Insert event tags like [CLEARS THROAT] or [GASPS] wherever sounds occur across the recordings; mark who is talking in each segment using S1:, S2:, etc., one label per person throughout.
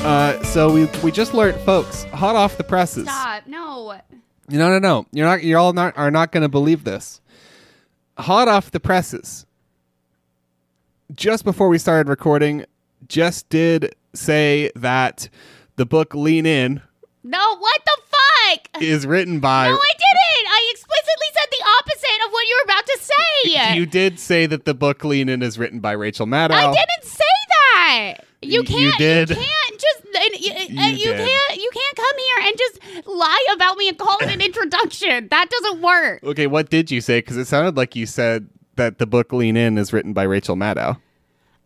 S1: Uh, so we we just learned, folks, hot off the presses.
S2: Stop. No.
S1: No, no, no. You're not. You're all not are not going to believe this. Hot off the presses. Just before we started recording, Jess did say that the book Lean In
S2: No, what the fuck?
S1: is written by.
S2: No, I didn't. I explicitly said the opposite of what you were about to say.
S1: you did say that the book Lean In is written by Rachel Maddow.
S2: I didn't say that. You
S1: Y- you
S2: can't.
S1: did.
S2: can't just. and y- uh,
S1: You
S2: You,
S1: did.
S2: can't. You can't come here and just lie about me and call it
S1: [LAUGHS]
S2: an introduction. That doesn't work.
S1: Okay, what did you say? Because it sounded like you said that the book Lean In is written by Rachel Maddow,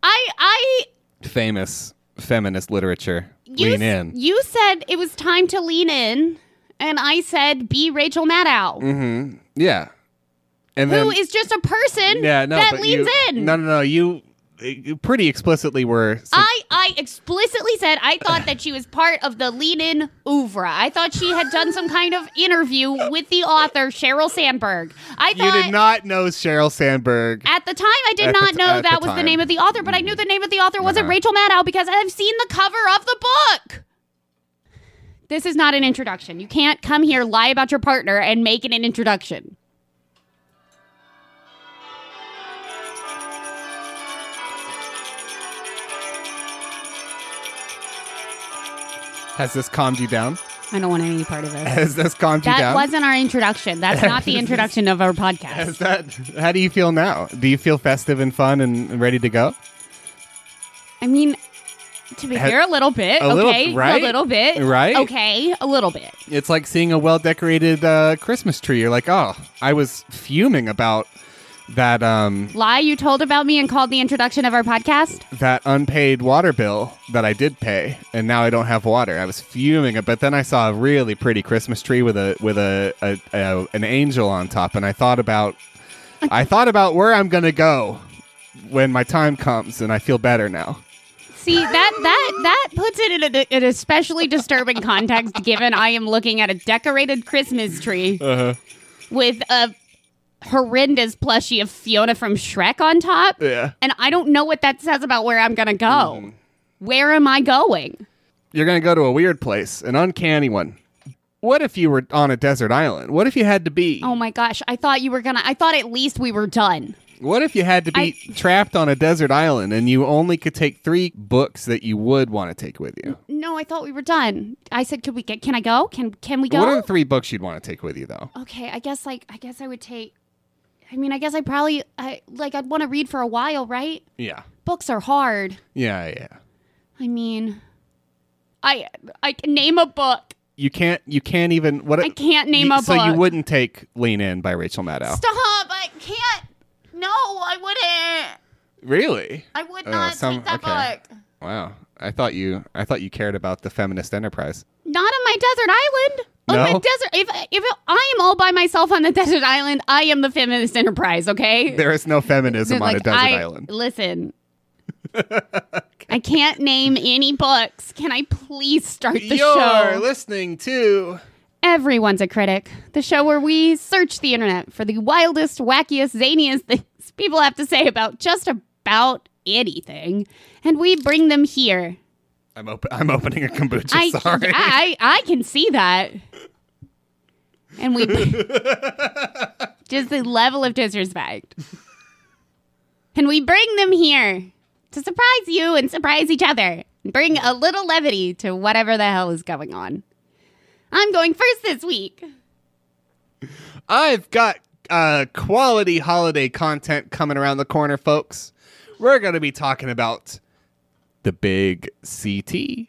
S2: I. I.
S1: famous feminist literature.
S2: You,
S1: lean
S2: s-
S1: In.
S2: You said it was time to lean in, and I said be Rachel Maddow,
S1: Mm-hmm. yeah, and
S2: who
S1: then
S2: is just a person
S1: Mm-hmm. yeah, no,
S2: that
S1: but
S2: leans
S1: you,
S2: in.
S1: No, no, no. You, you pretty explicitly were.
S2: I, I explicitly said I thought that she was part of the lean in oeuvre. I thought she had done some kind of interview with the author, Cheryl Sandberg. I
S1: you
S2: thought
S1: did not know Cheryl Sandberg.
S2: At the time, I did
S1: At the
S2: not
S1: t-
S2: know
S1: at
S2: that
S1: the
S2: was the
S1: time.
S2: name of the author, but I knew the name of the author wasn't
S1: Uh-huh.
S2: Rachel Maddow because I've seen the cover of the book. This is not an introduction. You can't come here, lie about your partner, and make it an introduction.
S1: Has this calmed you down?
S2: I don't want any part of this.
S1: Has this calmed you
S2: That
S1: down?
S2: wasn't our introduction. That's not the introduction of our
S1: [LAUGHS]
S2: podcast.
S1: Has that? How do you feel now? Do you feel festive and fun and ready to go?
S2: I mean, to be
S1: Ha-
S2: fair, a little bit.
S1: a
S2: okay,
S1: little- right?
S2: a little bit.
S1: Right?
S2: Okay, a little bit.
S1: It's like seeing a well decorated uh, Christmas tree. You're like, oh, I was fuming about that um,
S2: Lie you told about me and called the introduction of our podcast.
S1: that unpaid water bill that I did pay, and now I don't have water. I was fuming, but then I saw a really pretty Christmas tree with a with a, a, a an angel on top, and I thought about I thought about where I'm gonna go when my time comes, and I feel better now.
S2: See that that that puts it in a, an especially disturbing context, given I am looking at a decorated Christmas tree
S1: Uh-huh.
S2: with a horrendous plushie of Fiona from Shrek on top,
S1: Yeah,
S2: and I don't know what that says about where I'm gonna go.
S1: Mm.
S2: Where am I going?
S1: you're gonna go to a weird place, an uncanny one. What if you were on a desert island? What if you had to be?
S2: Oh my gosh! I thought you were gonna. I thought at least we were done.
S1: What if you had to be trapped on a desert island and you only could take three books that you would want to take with you?
S2: No, I thought we were done. I said, "Could we get? Can I go? Can can we go?"
S1: What are the three books you'd want to take with you, though?
S2: okay, I guess like I guess I would take. I mean, I guess I probably I like I'd want to read for a while, right?
S1: Yeah.
S2: books are hard.
S1: Yeah, yeah.
S2: I mean, I I can name a book.
S1: You can't. You can't even. What?
S2: I can't name
S1: you,
S2: a
S1: So you
S2: book.
S1: wouldn't take "Lean In" by Rachel Maddow.
S2: Stop! I can't. No, I wouldn't.
S1: Really?
S2: I would
S1: Oh,
S2: not
S1: some-
S2: take that
S1: okay.
S2: book.
S1: Wow. I thought you. I thought you cared about the feminist enterprise.
S2: Not on my desert island. On my
S1: No?
S2: desert, if if I am all by myself on the [LAUGHS] desert island, I am the feminist enterprise. Okay.
S1: There is no feminism on a
S2: Like,
S1: desert
S2: I-
S1: island. [LAUGHS]
S2: Listen. I can't name any books. Can I please start the
S1: You're
S2: show?
S1: listening to.
S2: Everyone's a critic. The show where we search the internet for the wildest, wackiest, zaniest things people have to say about just about anything, and we bring them here.
S1: I'm open. I'm opening a kombucha.
S2: I,
S1: [LAUGHS] sorry.
S2: I, I can see that. And we just the level of disrespect. And we bring them here to surprise you and surprise each other and bring a little levity to whatever the hell is going on. I'm going first this week.
S1: [LAUGHS] I've got uh, quality holiday content coming around the corner, folks. We're going to be talking about the big CT,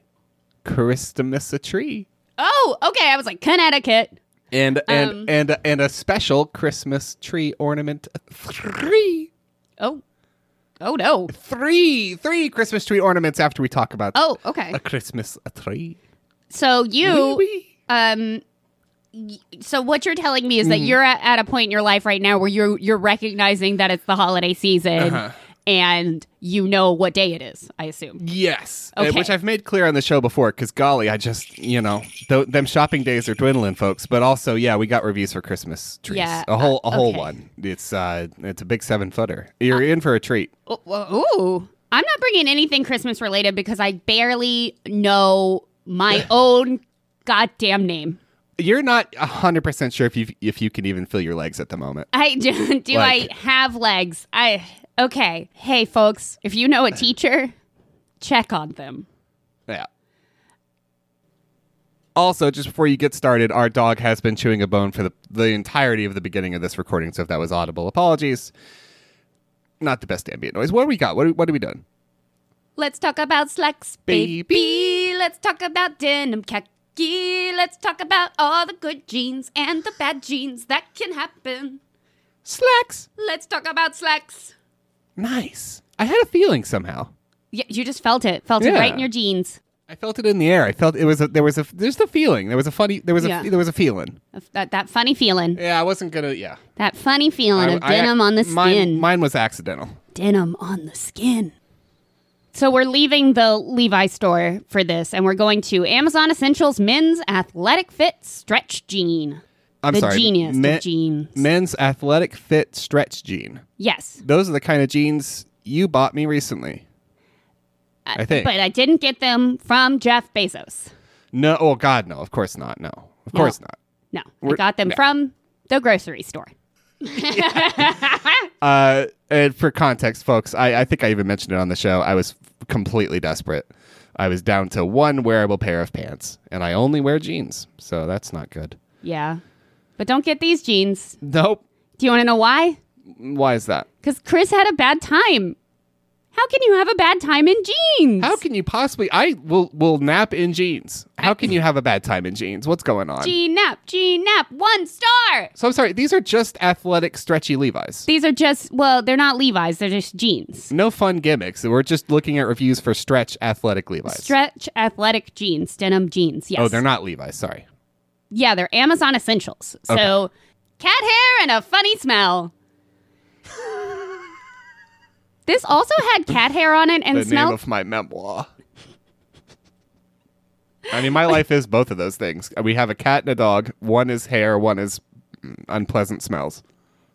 S1: Christmas tree,
S2: Oh, okay. I was like Connecticut.
S1: and and
S2: Um.
S1: and and a special Christmas tree ornament three.
S2: Oh, oh no.
S1: Three, three Christmas tree ornaments after we talk about
S2: Oh, okay.
S1: a Christmas tree.
S2: So you,
S1: Wee-wee.
S2: um, y- so what you're telling me is
S1: Mm-hmm.
S2: that you're at, at a point in your life right now where you're you're recognizing that it's the holiday season
S1: Uh-huh.
S2: and you know what day it is. I assume.
S1: Yes, Uh,
S2: Okay.
S1: which I've made clear on the show before. Because golly, I just you know th- them shopping days are dwindling, folks. But also, yeah, we got reviews for Christmas trees.
S2: Yeah,
S1: a whole a whole
S2: okay.
S1: one. It's uh it's a big seven footer. You're in for a treat.
S2: Oh, well, Ooh, I'm not bringing anything Christmas related because I barely know
S1: [LAUGHS]
S2: my own goddamn name.
S1: You're not hundred percent sure if you if you can even feel your legs at the moment.
S2: I [LAUGHS] do. Do
S1: Like-
S2: I have legs? I okay. Hey, folks, if you know a teacher, check on them.
S1: Yeah. Also, just before you get started, our dog has been chewing a bone for the, the entirety of the beginning of this recording. So if that was audible, apologies. Not the best ambient noise. What do we got? What are, what are we doing?
S2: Let's talk about slacks, baby. Let's talk about denim khaki. Let's talk about all the good genes and the bad genes that can happen.
S1: Slacks.
S2: Let's talk about slacks.
S1: Nice. I had a feeling somehow.
S2: Yeah, you just felt it. Felt it
S1: Yeah.
S2: right in your jeans.
S1: I felt it in the air. I felt it was a, there was a there's the feeling. There was a funny there was a
S2: Yeah.
S1: there was a feeling.
S2: That that funny feeling.
S1: Yeah, I wasn't gonna. Yeah,
S2: That funny feeling of
S1: I- I-
S2: denim on the
S1: Mine,
S2: skin.
S1: mine was accidental.
S2: denim on the skin. So we're leaving the Levi store for this, and we're going to Amazon Essentials Men's Athletic Fit Stretch Jean.
S1: I'm
S2: the
S1: sorry.
S2: genius
S1: men-
S2: of jeans.
S1: Men's athletic fit stretch jean.
S2: yes,
S1: Those are the kind of jeans you bought me recently. I think.
S2: but I didn't get them from Jeff Bezos.
S1: No, oh God, no. Of course not. No, of course not.
S2: No, I
S1: We're-
S2: got them
S1: no.
S2: from the grocery store.
S1: Uh, and for context, folks, I, I think I even mentioned it on the show. I was completely desperate. I was down to one wearable pair of pants, and I only wear jeans, so that's not good.
S2: Yeah, but don't get these jeans.
S1: Nope.
S2: Do you want to know why?
S1: Why is that?
S2: Because Chris had a bad time. How can you have a bad time in jeans?
S1: How can you possibly? I will will nap in jeans. How can you have a bad time in jeans? What's going on?
S2: Jean nap, Jean nap, one star.
S1: So I'm sorry. These are just athletic, stretchy Levi's.
S2: These are just well, they're not Levi's. They're just jeans.
S1: No fun gimmicks. We're just looking at reviews for stretch athletic Levi's.
S2: Stretch athletic jeans, denim jeans. Yes.
S1: oh, they're not Levi's. Sorry.
S2: Yeah, they're Amazon essentials. So, cat hair and a funny smell. this also had cat hair on it
S1: the
S2: and smelled.
S1: name of my memoir. I mean, my life is both of those things. We have a cat and a dog. One is hair, one is mm, unpleasant smells.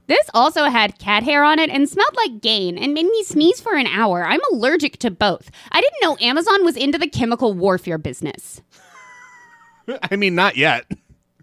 S2: this also had cat hair on it and smelled like gain and made me sneeze for an hour. I'm allergic to both. I didn't know Amazon was into the chemical warfare business.
S1: [LAUGHS] I mean, not yet.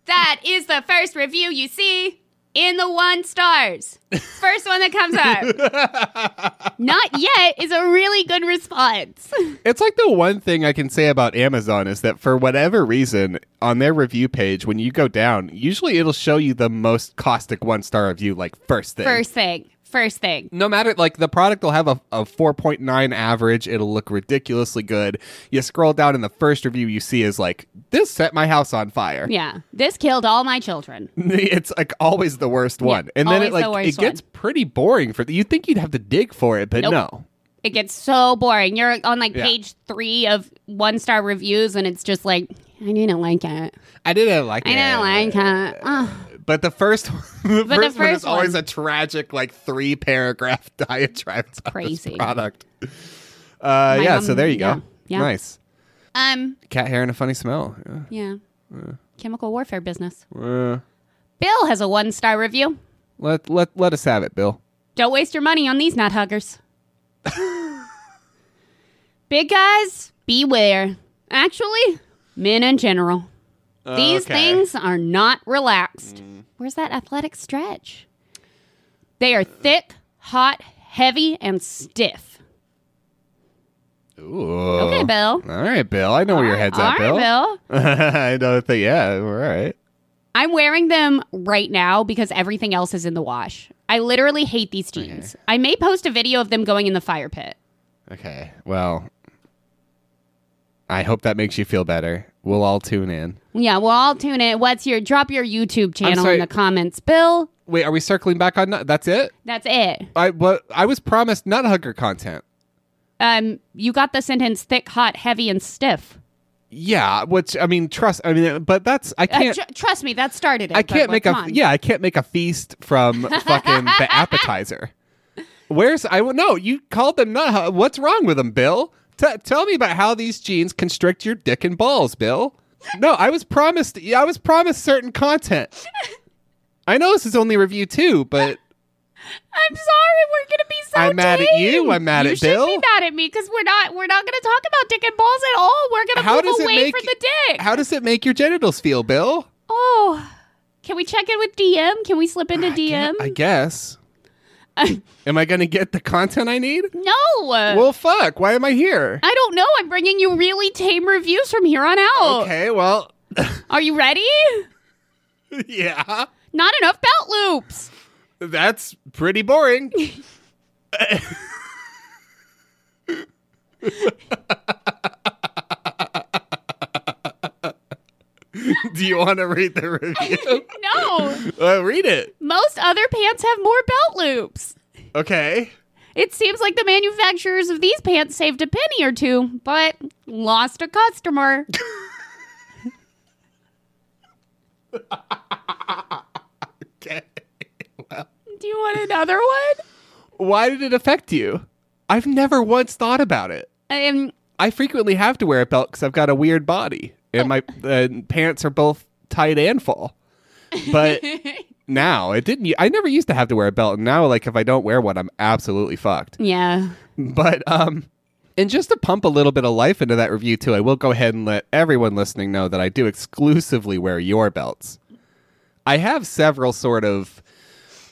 S2: That is the first review you see in the one stars. First one that comes up.
S1: [LAUGHS]
S2: Not yet is a really good response.
S1: It's like the one thing I can say about Amazon is that for whatever reason, on their review page, when you go down, usually it'll show you the most caustic one star review, like first thing.
S2: First thing. First thing.
S1: no matter like the product will have a, a 4.9 average it'll look ridiculously good you scroll down and the first review you see is like this set my house on fire
S2: Yeah. This killed all my children.
S1: [LAUGHS] it's like always the worst one and then
S2: always
S1: it
S2: the
S1: like it
S2: worst
S1: gets pretty boring for you think you'd have to dig for it but
S2: Nope.
S1: no
S2: It gets so boring. You're on like
S1: Yeah.
S2: page three of one star reviews, and it's just like, I didn't like it.
S1: i didn't like
S2: I
S1: it
S2: didn't like it. Ugh.
S1: but the first [LAUGHS] the first
S2: But the
S1: one is
S2: first
S1: always
S2: one-
S1: a tragic like three paragraph [LAUGHS] diatribe about
S2: crazy.
S1: this product uh yeah
S2: mom-
S1: so there you go
S2: yeah, yeah.
S1: nice
S2: Um,
S1: cat hair and a funny smell yeah.
S2: yeah. Chemical warfare business.
S1: Uh,
S2: Bill has a one star review.
S1: let, let let us have it bill
S2: Don't waste your money on these
S1: [LAUGHS]
S2: nut huggers. Big guys, beware. Actually, men in general. These
S1: Okay. Mm.
S2: things are not relaxed. Where's that athletic stretch? They are thick, hot, heavy, and stiff.
S1: Ooh.
S2: Okay, Bill.
S1: All right, Bill. I know where your head's
S2: All
S1: at,
S2: right,
S1: Bill.
S2: Bill.
S1: [LAUGHS] I know that. Yeah, all right.
S2: I'm wearing them right now because everything else is in the wash. I literally hate these jeans. I may post a video of them going in the fire pit.
S1: Okay. Well, I hope that makes you feel better. We'll all tune in.
S2: Yeah, we'll all tune in. What's your drop your YouTube channel
S1: sorry.
S2: in the comments, Bill?
S1: Wait, are we circling back on? Nut- That's it.
S2: That's it.
S1: I what I was promised nut hugger content.
S2: Um, you got the sentence thick, hot, heavy, and stiff.
S1: yeah, which I mean, trust. I mean, but that's I
S2: Uh,
S1: can't.
S2: tr- trust me, that started it.
S1: I
S2: but,
S1: can't
S2: like,
S1: make a
S2: come on.
S1: yeah. I can't make a feast
S2: [LAUGHS]
S1: from fucking the appetizer. Where's I no? You called them nut. hu- What's wrong with them, Bill? T- tell me about how these genes constrict your dick and balls, Bill. No, I was promised. I was promised certain content. I know this is only review two, but
S2: I'm sorry, we're gonna be so.
S1: I'm mad at you,
S2: tame.
S1: I'm mad
S2: You
S1: at
S2: should
S1: Bill.
S2: Be mad at me because we're not. We're not gonna talk about dick and balls at all. We're gonna
S1: How
S2: move
S1: does it
S2: away
S1: make-
S2: from the dick.
S1: how does it make your genitals feel, Bill?
S2: oh, can we check in with DM? Can we slip into DM?
S1: I
S2: [LAUGHS]
S1: guess. Am I gonna get the content I need?
S2: Uh, no.
S1: Well, fuck. Why am I here?
S2: I don't know. I'm bringing you really tame reviews from here on out.
S1: Okay. Well, [LAUGHS]
S2: Are you ready?
S1: yeah.
S2: Not enough belt loops.
S1: That's pretty boring. Do you want to read the review?
S2: No.
S1: uh, read it.
S2: Most other pants have more belt loops.
S1: Okay.
S2: It seems like the manufacturers of these pants saved a penny or two, but lost a customer.
S1: Okay.
S2: Do you want another one?
S1: Why did it affect you? I've never once thought about it.
S2: Um,
S1: I frequently have to wear a belt because I've got a weird body, and my uh, pants are both tight and full. But
S2: Um,
S1: now it didn't. I never used to have to wear a belt, and now like if I don't wear one, I'm absolutely fucked.
S2: [LAUGHS] yeah.
S1: But um, and just to pump a little bit of life into that review too, I will go ahead and let everyone listening know that I do exclusively wear your belts. I have several sort of,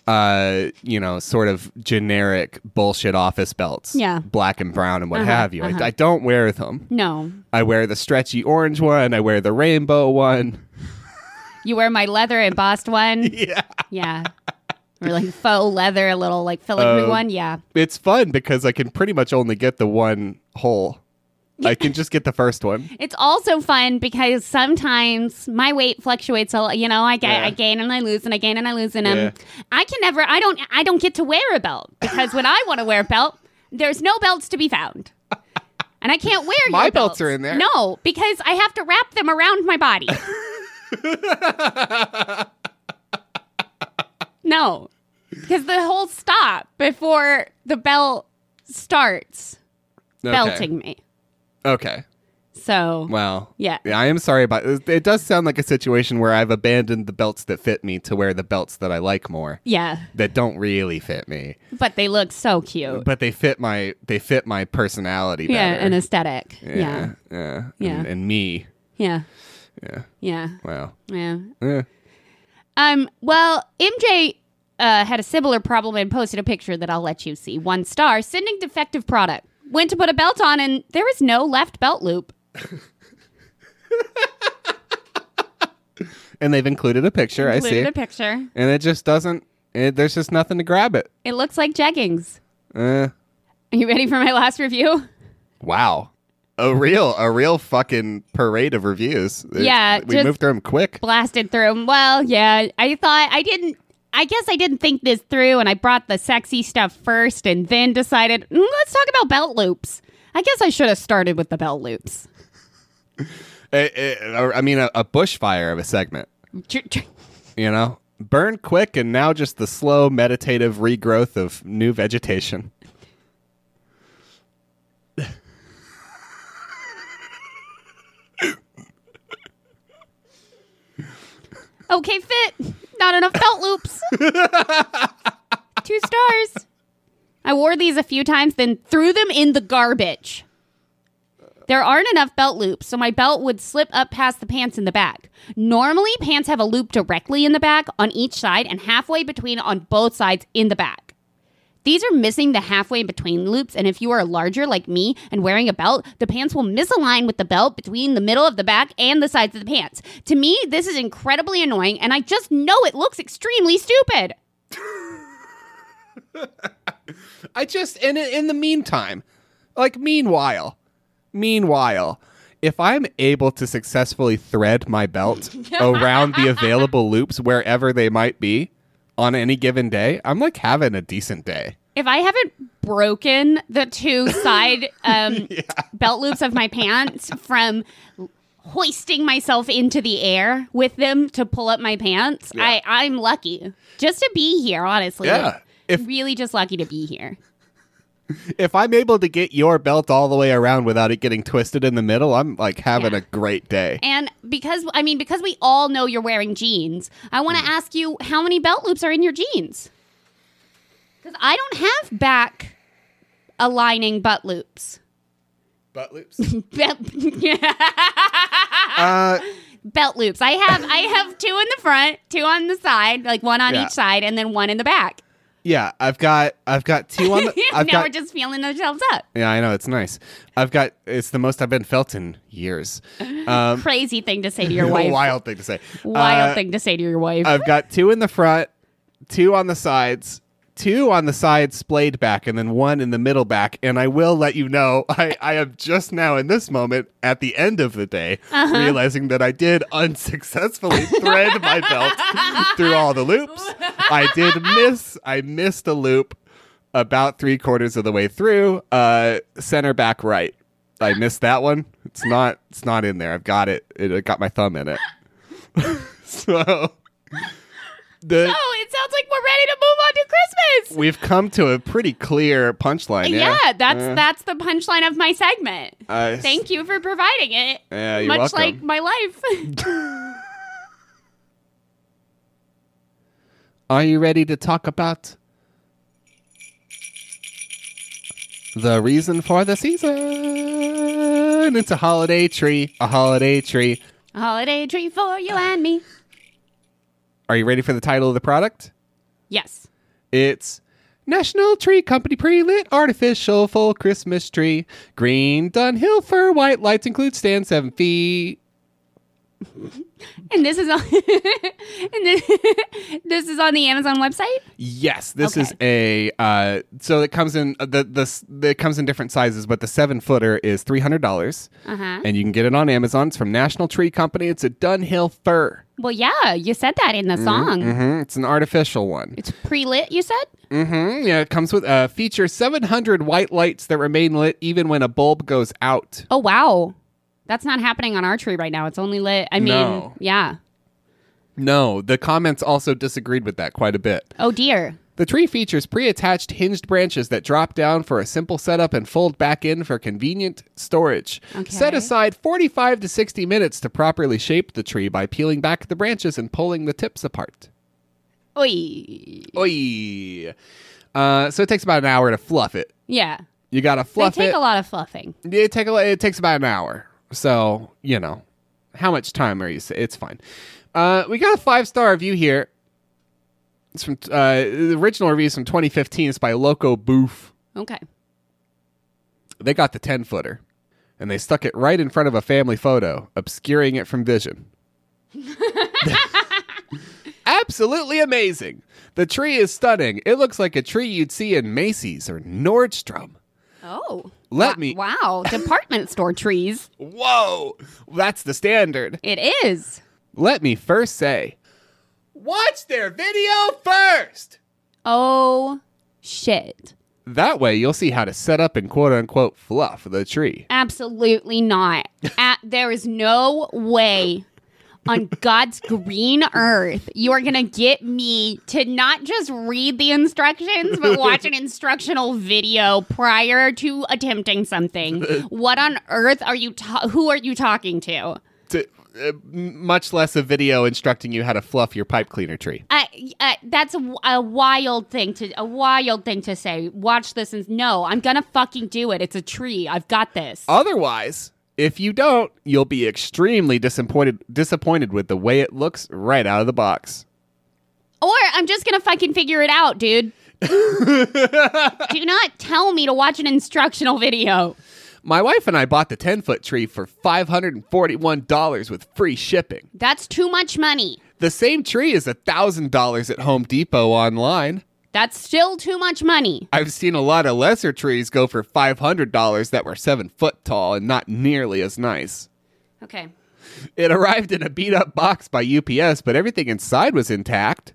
S1: uh, you know, sort of generic bullshit office belts,
S2: Yeah.
S1: black and brown and what
S2: Uh-huh,
S1: have you.
S2: uh-huh.
S1: I, I don't wear them.
S2: No.
S1: I wear the stretchy orange one. I wear the rainbow one.
S2: You wear my leather embossed one?
S1: [LAUGHS] Yeah.
S2: [LAUGHS] Yeah. Or like faux leather, a little like filigree
S1: Uh,
S2: one? Yeah.
S1: It's fun because I can pretty much only get the one hole. I can just get the first one.
S2: It's also fun because sometimes my weight fluctuates a lot. You know, I, ga-
S1: Yeah.
S2: I gain and I lose and I gain and I lose and um,
S1: Yeah.
S2: I can never. I don't. I don't get to wear a belt because when I want to wear a belt, there's no belts to be found, and I can't wear.
S1: My
S2: your
S1: belts are in there.
S2: No, because I have to wrap them around
S1: [LAUGHS]
S2: my body. no, because the whole stop before the belt starts
S1: Okay.
S2: [LAUGHS] belting me.
S1: Okay.
S2: So
S1: Well.
S2: Yeah.
S1: I am sorry about it. It does sound like a situation where I've abandoned the belts that fit me to wear the belts that I like more
S2: yeah,
S1: that don't really fit me,
S2: but they look so cute.
S1: but they fit my they fit my personality better.
S2: yeah, an aesthetic.
S1: yeah.
S2: Yeah.
S1: Yeah.
S2: Yeah.
S1: And, and me.
S2: yeah,
S1: Yeah.
S2: yeah,
S1: Well.
S2: yeah.
S1: Yeah.
S2: Um. Well, MJ uh, had a similar problem and posted a picture that I'll let you see. One star, sending defective product. Went to put a belt on, and there is no left belt loop.
S1: And they've included a picture. I see.
S2: Included a picture.
S1: and it just doesn't. It, there's just nothing to grab it.
S2: It looks like jeggings.
S1: Uh,
S2: Are you ready for my last review?
S1: wow, a real a real fucking parade of reviews. It-
S2: Yeah,
S1: we
S2: just-
S1: moved through them quick.
S2: Blasted through 'em. Well, yeah. I thought I didn't. I guess I didn't think this through, and I brought the sexy stuff first, and then decided "Mm, let's talk about belt loops. I guess I should have started with the belt loops.
S1: Eh, eh, I mean, a, a bushfire of a segment.
S2: Tr- tr-
S1: You know, burn quick, and now just the slow meditative regrowth of new vegetation.
S2: Okay, fit. Not enough belt loops. Two stars. I wore these a few times, then threw them in the garbage. There aren't enough belt loops, so my belt would slip up past the pants in the back. Normally, pants have a loop directly in the back on each side and halfway between on both sides in the back. These are missing the halfway in between loops, and if you are larger like me and wearing a belt, the pants will misalign with the belt between the middle of the back and the sides of the pants. To me, this is incredibly annoying, and I just know it looks extremely stupid.
S1: I just in in the meantime, like meanwhile, meanwhile, if I'm able to successfully thread my
S2: [LAUGHS]
S1: belt around the available loops wherever they might be on any given day, I'm like having a decent day.
S2: If I
S1: [LAUGHS]
S2: haven't broken the two side um, belt loops of my pants from hoisting myself into the air with them to pull up my pants.
S1: Yeah.
S2: I I'm lucky just to be here, honestly.
S1: Yeah. If-
S2: really just lucky to be here.
S1: If I'm able to get your belt all the way around without it getting twisted in the middle, I'm like having
S2: Yeah.
S1: a great day.
S2: And because I mean because we all know you're wearing jeans, I want
S1: Mm.
S2: to ask you how many belt loops are in your jeans? Cuz I don't have back aligning butt loops.
S1: Butt loops.
S2: [LAUGHS] Belt,
S1: uh,
S2: belt loops. I have I have two in the front, two on the side, like one on
S1: Yeah.
S2: each side and then one in the back. [LAUGHS]
S1: yeah, I've got I've got two on. The,
S2: now
S1: I've got
S2: we're just feeling ourselves up.
S1: yeah, I know it's nice. I've got it's the most I've been felt in years. Um,
S2: Crazy thing to say to your wife. Wild,
S1: wild thing to say. Uh,
S2: thing to say to your wife.
S1: I've got two in the front, two on the sides, two on the sides splayed back, and then one in the middle back. And I will let you know, [LAUGHS] I, I am just now in this moment at the end of the day realizing that I did [LAUGHS] unsuccessfully thread my belt through all the loops. I did miss, I missed a loop about three quarters of the way through, uh, center back right. I missed that one. It's not. It's not in there. I've got it. It I got my thumb in it. [LAUGHS] so the
S2: oh, it sounds like we're ready to move on to Christmas.
S1: we've come to a pretty clear punchline. Yeah.
S2: Yeah, that's
S1: Uh,
S2: that's the punchline of my segment.
S1: I s-
S2: Thank you for providing it.
S1: Yeah, you're
S2: much
S1: welcome.
S2: like my life.
S1: [LAUGHS] Are you ready to talk about the reason for the season? It's a holiday tree. A holiday tree.
S2: [LAUGHS] Holiday tree for you and me.
S1: Are you ready for the title of the product?
S2: Yes.
S1: It's National Tree Company pre-lit artificial full Christmas tree. Green Dunhill fir white lights include stand seven feet.
S2: And this is on [LAUGHS] and this, [LAUGHS] this is on the Amazon website?
S1: Yes, this
S2: Okay.
S1: is a uh, so it comes in uh, the the s- it comes in different sizes, but the seven footer is three hundred dollars,
S2: Uh-huh.
S1: and you can get it on Amazon. It's from National Tree Company. It's a Dunhill fir.
S2: Well, yeah, you said that in the song.
S1: hmm It's an artificial one.
S2: It's pre-lit, you said?
S1: hmm Yeah, it comes with uh, feature seven hundred white lights that remain lit even when a bulb goes out.
S2: Oh wow. That's not happening on our tree right now. It's only lit. I mean,
S1: No.
S2: yeah.
S1: No, the comments also disagreed with that quite a bit.
S2: Oh dear.
S1: The tree features pre attached hinged branches that drop down for a simple setup and fold back in for convenient storage.
S2: Okay.
S1: Set aside 45 to 60 minutes to properly shape the tree by peeling back the branches and pulling the tips apart.
S2: Oi.
S1: Oi! Uh, so it takes about an hour to fluff it.
S2: Yeah.
S1: You gotta fluff
S2: they take
S1: it.
S2: a lot of fluffing.
S1: It take a, it takes about an hour. So you know, how much time are you? sa- It's fine. Uh, we got a five star review here. It's from uh, the original review is from 2015. It's by Loco Boof.
S2: Okay.
S1: They got the ten footer, and they stuck it right in front of a family photo, obscuring it from vision. Absolutely amazing. The tree is stunning. It looks like a tree you'd see in Macy's or Nordstrom.
S2: Oh.
S1: Let
S2: Wa-
S1: me-
S2: Wow. Department store trees.
S1: Whoa, that's the standard.
S2: It is.
S1: Let me first say, watch their video first.
S2: Oh shit.
S1: That way, you'll see how to set up and quote unquote fluff the tree.
S2: Absolutely not. At, there is no way on God's green earth you are going to get me to not just read the instructions, but watch an instructional video prior to attempting something. What on earth are you? Ta- who are you talking to?
S1: To, uh, m- much less a video instructing you how to fluff your pipe cleaner tree.
S2: Uh, uh, that's a, w- a wild thing to a wild thing to say. Watch this and no, I'm gonna fucking do it. It's a tree. I've got this.
S1: Otherwise, if you don't, you'll be extremely disappointed disappointed with the way it looks right out of the box.
S2: Or I'm just gonna fucking figure it out, dude. Do not tell me to watch an instructional video.
S1: My wife and I bought the 10 foot tree for $541 with free shipping.
S2: That's too much money.
S1: The same tree is $1,000 at Home Depot online.
S2: That's still too much money.
S1: I've seen a lot of lesser trees go for $500 that were seven foot tall and not nearly as nice.
S2: Okay.
S1: It arrived in a beat up box by UPS, but everything inside was intact.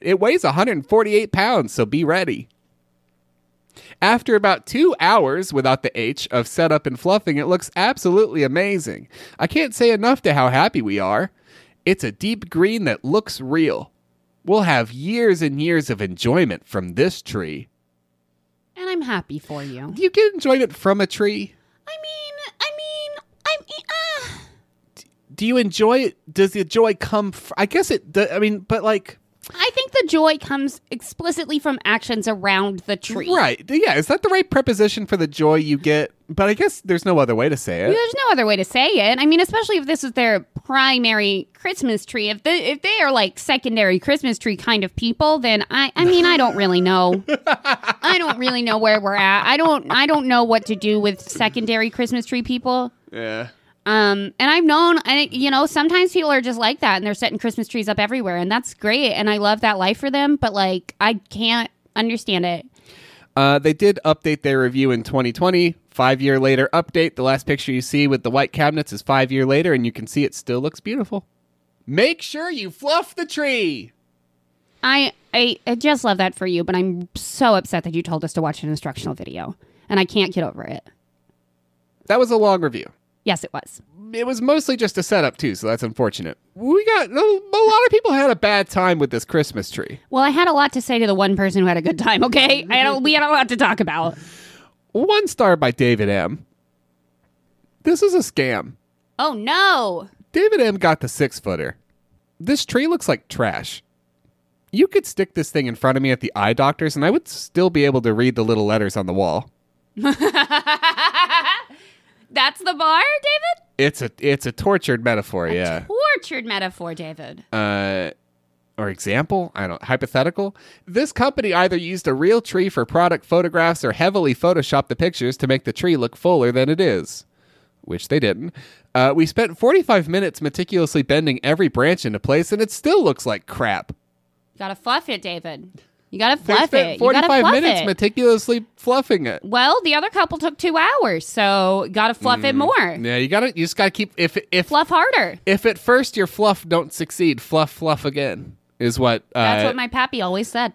S1: It weighs 148 pounds, so be ready. After about two hours without the H of setup and fluffing, it looks absolutely amazing. I can't say enough to how happy we are. It's a deep green that looks real. We'll have years and years of enjoyment from this tree.
S2: And I'm happy for you.
S1: Do you get enjoyment from a tree?
S2: I mean, I mean, I'm. Uh,
S1: Do you enjoy it? Does the joy come? Fr- I guess it. do- I mean, but like,
S2: I think the joy comes explicitly from actions around the tree.
S1: right? Yeah, is that the right preposition for the joy you get? But I guess there's no other way to say it.
S2: There's no other way to say it. I mean, especially if this is their primary Christmas tree. If they, if they are like secondary Christmas tree kind of people, then I I mean, I don't really know. I don't really know where we're at. I don't I don't know what to do with secondary Christmas tree people.
S1: Yeah.
S2: Um, and I've known, I, you know, sometimes people are just like that and they're setting Christmas trees up everywhere, and that's great. And I love that life for them, but like, I can't understand it.
S1: Uh, they did update their review in 2020. Five year later update. The last picture you see with the white cabinets is five year later, and you can see it still looks beautiful. Make sure you fluff the tree.
S2: I, I, I just love that for you, but I'm so upset that you told us to watch an instructional video, and I can't get over it.
S1: That was a long review.
S2: Yes, it was.
S1: It was mostly just a setup too, so that's unfortunate. We got a lot of people had a bad time with this Christmas tree.
S2: Well, I had a lot to say to the one person who had a good time. Okay, I had a, we had a lot to talk about.
S1: One star by David M. This is a scam.
S2: Oh no!
S1: David M got the six footer. This tree looks like trash. You could stick this thing in front of me at the eye doctor's, and I would still be able to read the little letters on the wall.
S2: That's the bar, David.
S1: It's a it's a tortured metaphor, yeah.
S2: Tortured metaphor, David.
S1: uh, or example, I don't hypothetical. This company either used a real tree for product photographs or heavily photoshopped the pictures to make the tree look fuller than it is, which they didn't. Uh, we spent 45 minutes meticulously bending every branch into place, and it still looks like crap.
S2: gotta fluff it, David. You gotta
S1: They
S2: fluff
S1: spent
S2: it. You gotta
S1: 45
S2: fluff
S1: minutes
S2: it.
S1: meticulously fluffing it.
S2: well, the other couple took two hours, so gotta fluff
S1: Mm.
S2: it more.
S1: Yeah, you gotta you just gotta keep if if
S2: Fluff harder.
S1: if at first your fluff don't succeed, fluff fluff again is what uh, [LAUGHS]
S2: That's what my pappy always said.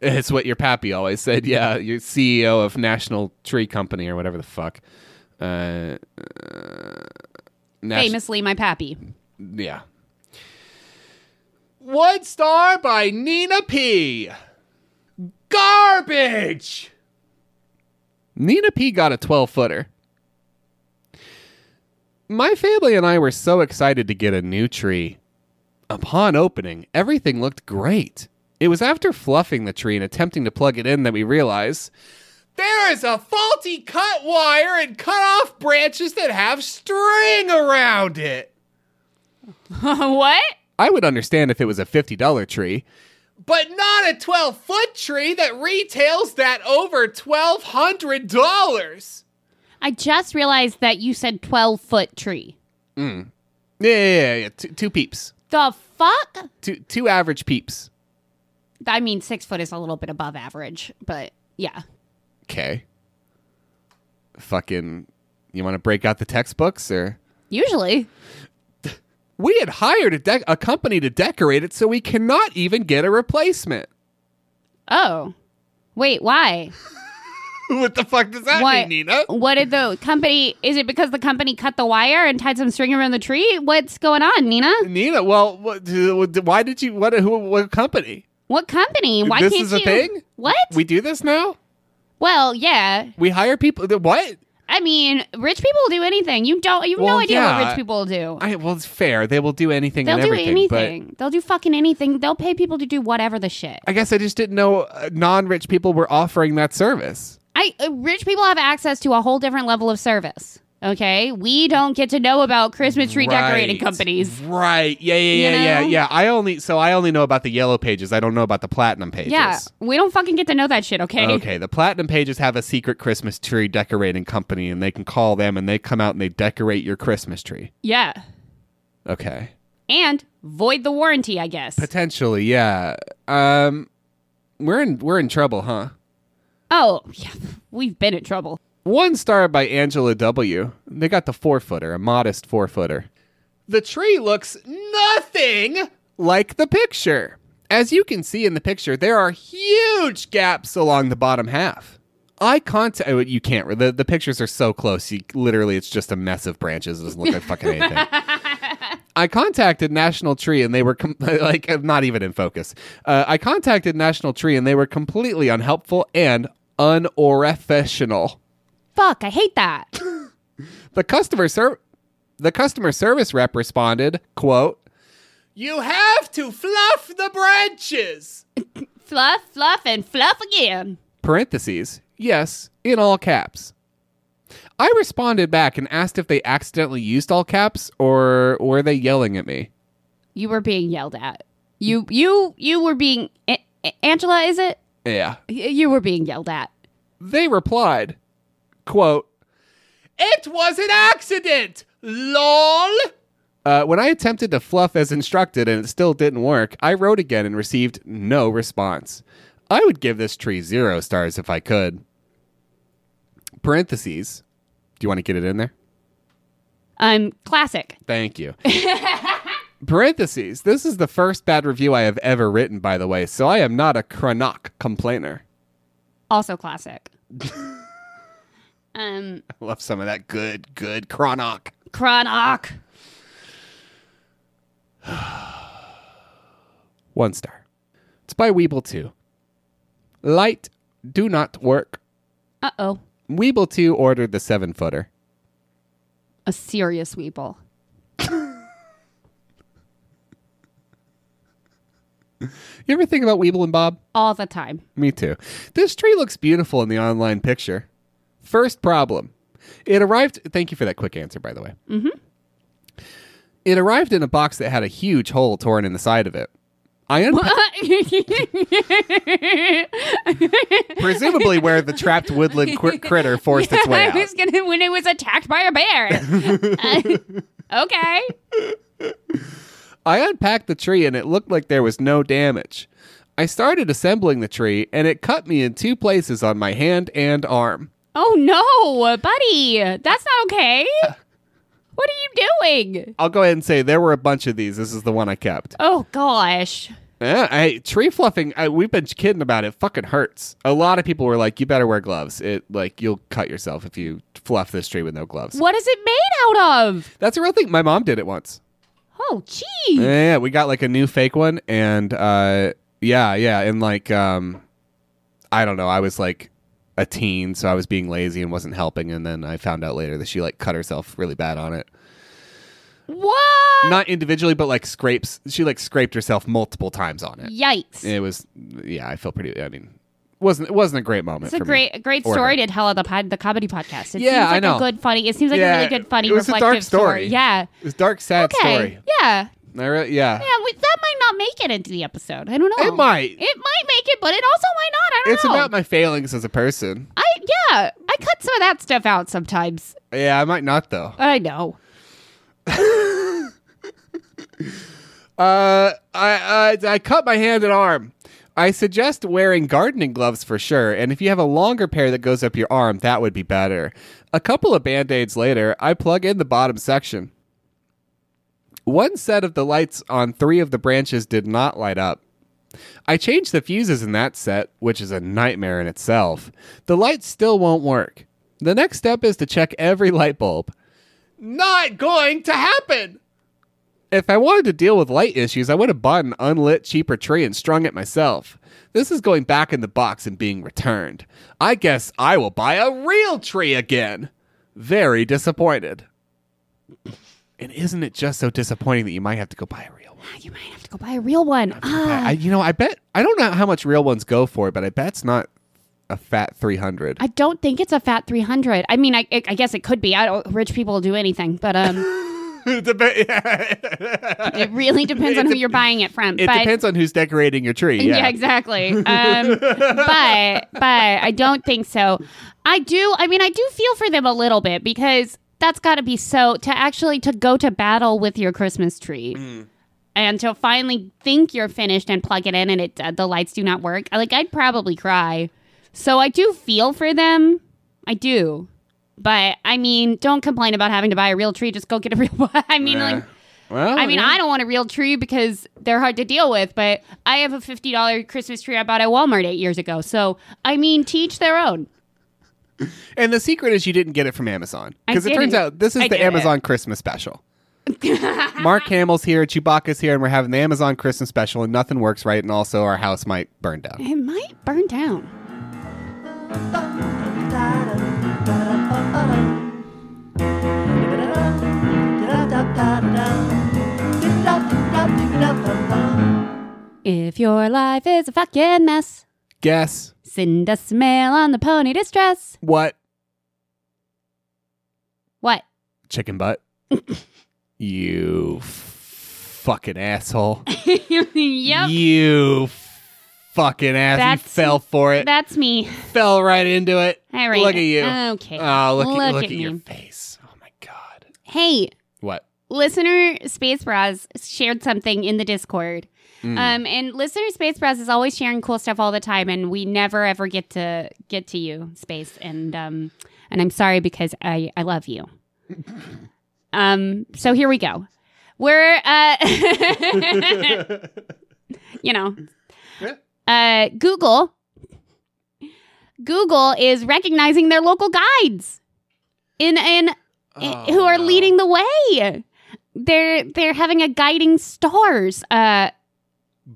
S1: It's what your pappy always said. Yeah, your CEO of National Tree Company or whatever the fuck. Uh, uh, Nas-
S2: Famously, my pappy. [LAUGHS]
S1: Yeah. One star by Nina P. Garbage. Nina P got a 12 footer. My family and I were so excited to get a new tree. Upon opening, everything looked great. It was after fluffing the tree and attempting to plug it in that we realized there is a faulty cut wire and cut off branches that have string around it.
S2: what?
S1: I would understand if it was a $50 tree, but not a 12 foot tree that retails that over $1,200.
S2: I just realized that you said 12 foot tree.
S1: Yeah, yeah, yeah, yeah. Two, two peeps.
S2: The fuck?
S1: Two, two average peeps.
S2: I mean, six foot is a little bit above average, but yeah.
S1: Okay. Fucking, you want to break out the textbooks or?
S2: Usually.
S1: We had hired a, dec a company to decorate it, so we cannot even get a replacement.
S2: Oh. Wait, why?
S1: [LAUGHS] what the fuck does that
S2: Why?
S1: mean, Nina?
S2: What did the company? Is it because the company cut the wire and tied some string around the tree? What's going on, Nina?
S1: Nina, well, what, why did you? What? Who? What company?
S2: What company? Why
S1: This
S2: can't
S1: is a
S2: you?
S1: thing?
S2: What?
S1: We do this now?
S2: well, yeah.
S1: We hire people. th- What?
S2: I mean, rich people will do anything. You don't. You have
S1: Well,
S2: no idea
S1: yeah.
S2: what rich people will do.
S1: I well, it's fair. They will do anything
S2: They'll
S1: and
S2: do
S1: everything.
S2: anything. They'll do fucking anything. They'll pay people to do whatever the shit.
S1: But I guess I just didn't know uh, non-rich people were offering that service.
S2: I uh, rich people have access to a whole different level of service. Okay, we don't get to know about Christmas tree decorating
S1: Right.
S2: companies.
S1: Right? Yeah, yeah,
S2: You
S1: yeah, yeah,
S2: know?
S1: yeah. I only so I only know about the yellow pages. I don't know about the platinum pages.
S2: Yeah, we don't fucking get to know that shit. Okay.
S1: Okay, the platinum pages have a secret Christmas tree decorating company, and they can call them, and they come out and they decorate your Christmas tree.
S2: Yeah,
S1: Okay,
S2: and void the warranty, I guess.
S1: potentially, yeah. Um, we're in we're in trouble, huh?
S2: Oh, yeah, we've been in trouble.
S1: One star by Angela W. They got the four footer, a modest four footer. The tree looks nothing like the picture. As you can see in the picture, there are huge gaps along the bottom half. Eye contact. oh, You can't. re- The, the pictures are so close. You literally, it's just a mess of branches. It doesn't look like fucking anything. I contacted National Tree and they were com- [LAUGHS] like I'm not even in focus. Uh, I contacted National Tree and they were completely unhelpful and unprofessional.
S2: Fuck, I hate that.
S1: The customer ser- the customer service rep responded, "Quote: You have to fluff the branches."
S2: fluff, fluff, and fluff again.
S1: parentheses, yes, in all caps. I responded back and asked if they accidentally used all caps or were they yelling at me.
S2: You were being yelled at. You, you, you were being A- A- Angela. Is it?
S1: Yeah.
S2: Y- You were being yelled at.
S1: They replied, quote, It was an accident, lol. Uh, when I attempted to fluff as instructed and it still didn't work, I wrote again and received no response. I would give this tree zero stars if I could. Parentheses. Do you want to get it in there?
S2: Um, classic.
S1: Thank you. Parentheses. This is the first bad review I have ever written, by the way, so I am not a chronoc complainer. [LAUGHS]
S2: Also classic. um,
S1: I love some of that good, good chronoc.
S2: Cronach.
S1: One star. It's by Weeble 2. Light, do not work.
S2: Uh oh,
S1: Weeble 2 ordered the seven footer.
S2: a serious weeble.
S1: You ever think about Weeble and Bob?
S2: All the time. [LAUGHS]
S1: Me too. This tree looks beautiful in the online picture. First problem. It arrived. Thank you for that quick answer, by the way. Mm-hmm. It arrived in a box that had a huge hole torn in the side of it. I unpa- presumably where the trapped woodland qu- critter forced its
S2: [LAUGHS]
S1: way
S2: I
S1: out.
S2: was gonna when it was attacked by
S1: [LAUGHS]
S2: a bear. Uh, okay.
S1: I unpacked the tree and it looked like there was no damage. I started assembling the tree and it cut me in two places on my hand and arm.
S2: Oh no, buddy, that's not okay. What are you doing?
S1: I'll go ahead and say there were a bunch of these. This is the one I kept.
S2: Oh gosh.
S1: Yeah, I, tree fluffing. I, we've been kidding about it. Fucking hurts. A lot of people were like, "You better wear gloves. It like you'll cut yourself if you fluff this tree with no gloves."
S2: What is it made out of?
S1: That's a real thing. My mom did it once.
S2: Oh gee.
S1: Yeah, yeah, we got like a new fake one, and uh, yeah, yeah, and like, um, I don't know. I was like a teen, so I was being lazy and wasn't helping, and then I found out later that she like cut herself really bad on it.
S2: What?
S1: Not individually, but like scrapes. She like scraped herself multiple times on it.
S2: Yikes.
S1: it was yeah i felt pretty i mean wasn't it wasn't a great moment
S2: It's a
S1: for me.
S2: great, a great
S1: Or
S2: story to tell on the pod, the comedy podcast. It
S1: Yeah,
S2: seems like
S1: I know.
S2: a good, funny. It seems like
S1: Yeah,
S2: a really good, funny,
S1: it was a
S2: reflective
S1: dark story.
S2: Yeah.
S1: it was a dark sad
S2: Okay.
S1: story
S2: Yeah.
S1: I re- yeah,
S2: Yeah. We, that might not make it into the episode. I don't know.
S1: it might
S2: It might make it, but it also might not. I don't
S1: it's
S2: know.
S1: about my failings as a person
S2: I yeah. I cut some of that stuff out sometimes.
S1: yeah i might not though
S2: I know.
S1: uh i uh, i cut my hand and arm i suggest wearing gardening gloves for sure and if you have a longer pair that goes up your arm that would be better a couple of band-aids later i plug in the bottom section one set of the lights on three of the branches did not light up I changed the fuses in that set, which is a nightmare in itself. The lights still won't work. The next step is to check every light bulb. Not going to happen! If I wanted to deal with light issues, I would have bought an unlit, cheaper tree and strung it myself. This is going back in the box and being returned. I guess I will buy a real tree again. Very disappointed. [CLEARS THROAT] And isn't it just so disappointing that you might have to go buy a real one?
S2: Ah, You might have to go buy a real one. Ah,
S1: I, I- you know, I bet I don't know how much real ones go for, but I bet it's not a fat three hundred.
S2: [LAUGHS] I don't think it's a fat three hundred. I mean, I, I I guess it could be. I don't. Rich people will do anything,
S1: [LAUGHS]
S2: but um,
S1: it
S2: it really depends on who you're buying it from. but
S1: depends on who's decorating your tree.
S2: Yeah,
S1: Yeah,
S2: exactly. Um, but but I don't think so. I do. I mean, I do feel for them a little bit because that's got to be so to actually to go to battle with your Christmas tree. And to finally think you're finished and plug it in, and it uh, the lights do not work. I- Like I'd probably cry. So I do feel for them. I do, but I mean, don't complain about having to buy a real tree. Just go get a real [LAUGHS] one. I mean,
S1: Yeah.
S2: like
S1: Well,
S2: I mean, I don't want a real tree because they're hard to deal with, but I have a $50 Christmas tree I bought at Walmart eight years ago. So, I mean, teach their own.
S1: And the secret is you didn't get it from Amazon because
S2: I
S1: it turns
S2: didn't.
S1: out this is
S2: I
S1: the
S2: did it.
S1: Amazon Christmas
S2: [LAUGHS]
S1: special. Mark Hamill's here, Chewbacca's here, and we're having the Amazon Christmas special, and nothing works right, and also our house might burn down.
S2: It might burn down. If your life is a fucking mess,
S1: Guess
S2: send us a mail on the pony distress.
S1: what?
S2: What? [LAUGHS]
S1: Chicken butt. you f- fucking asshole.
S2: yep.
S1: You fucking ass. you
S2: That's-
S1: fell for it.
S2: That's me.
S1: fell right into it.
S2: All right.
S1: Look at you.
S2: Okay.
S1: Oh, look, at, look
S2: at
S1: at your
S2: me.
S1: face. Oh my god.
S2: Hey,
S1: What?
S2: listener Space Bras shared something in the Discord.
S1: Mm.
S2: Um, and listener Space Bras is always sharing cool stuff all the time, and we never ever get to get to you, Space. And um, and I'm sorry because I I love you. um, so here we go. We're uh, [LAUGHS] you know,
S1: Yeah.
S2: uh, Google. Google is recognizing their local guides in an
S1: [LAUGHS]
S2: i- Uh, who
S1: Oh.
S2: are leading the way. They're they're having a guiding stars. Uh,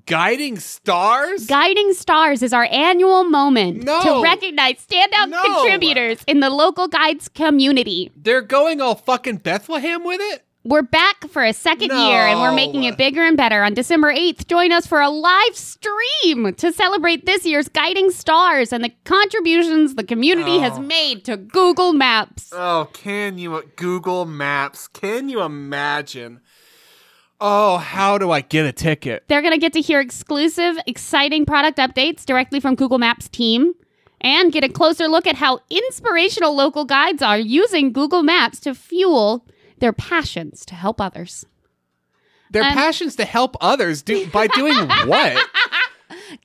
S1: guiding stars?
S2: guiding stars is our annual moment
S1: No.
S2: to recognize standout
S1: No.
S2: contributors in the local guides community.
S1: They're going all fucking Bethlehem with it?
S2: We're back for a second
S1: No.
S2: year and we're making it bigger and better. On December 8th, join us for a live stream to celebrate this year's Guiding Stars and the contributions the community
S1: No.
S2: has made to Google Maps.
S1: Oh, can you Google Maps? Can you imagine? Oh, how do I get a ticket?
S2: They're going to get to hear exclusive, exciting product updates directly from Google Maps team and get a closer look at how inspirational local guides are using Google Maps to fuel their passions to help others.
S1: Their
S2: Um,
S1: passions to help others do by doing
S2: [LAUGHS]
S1: what?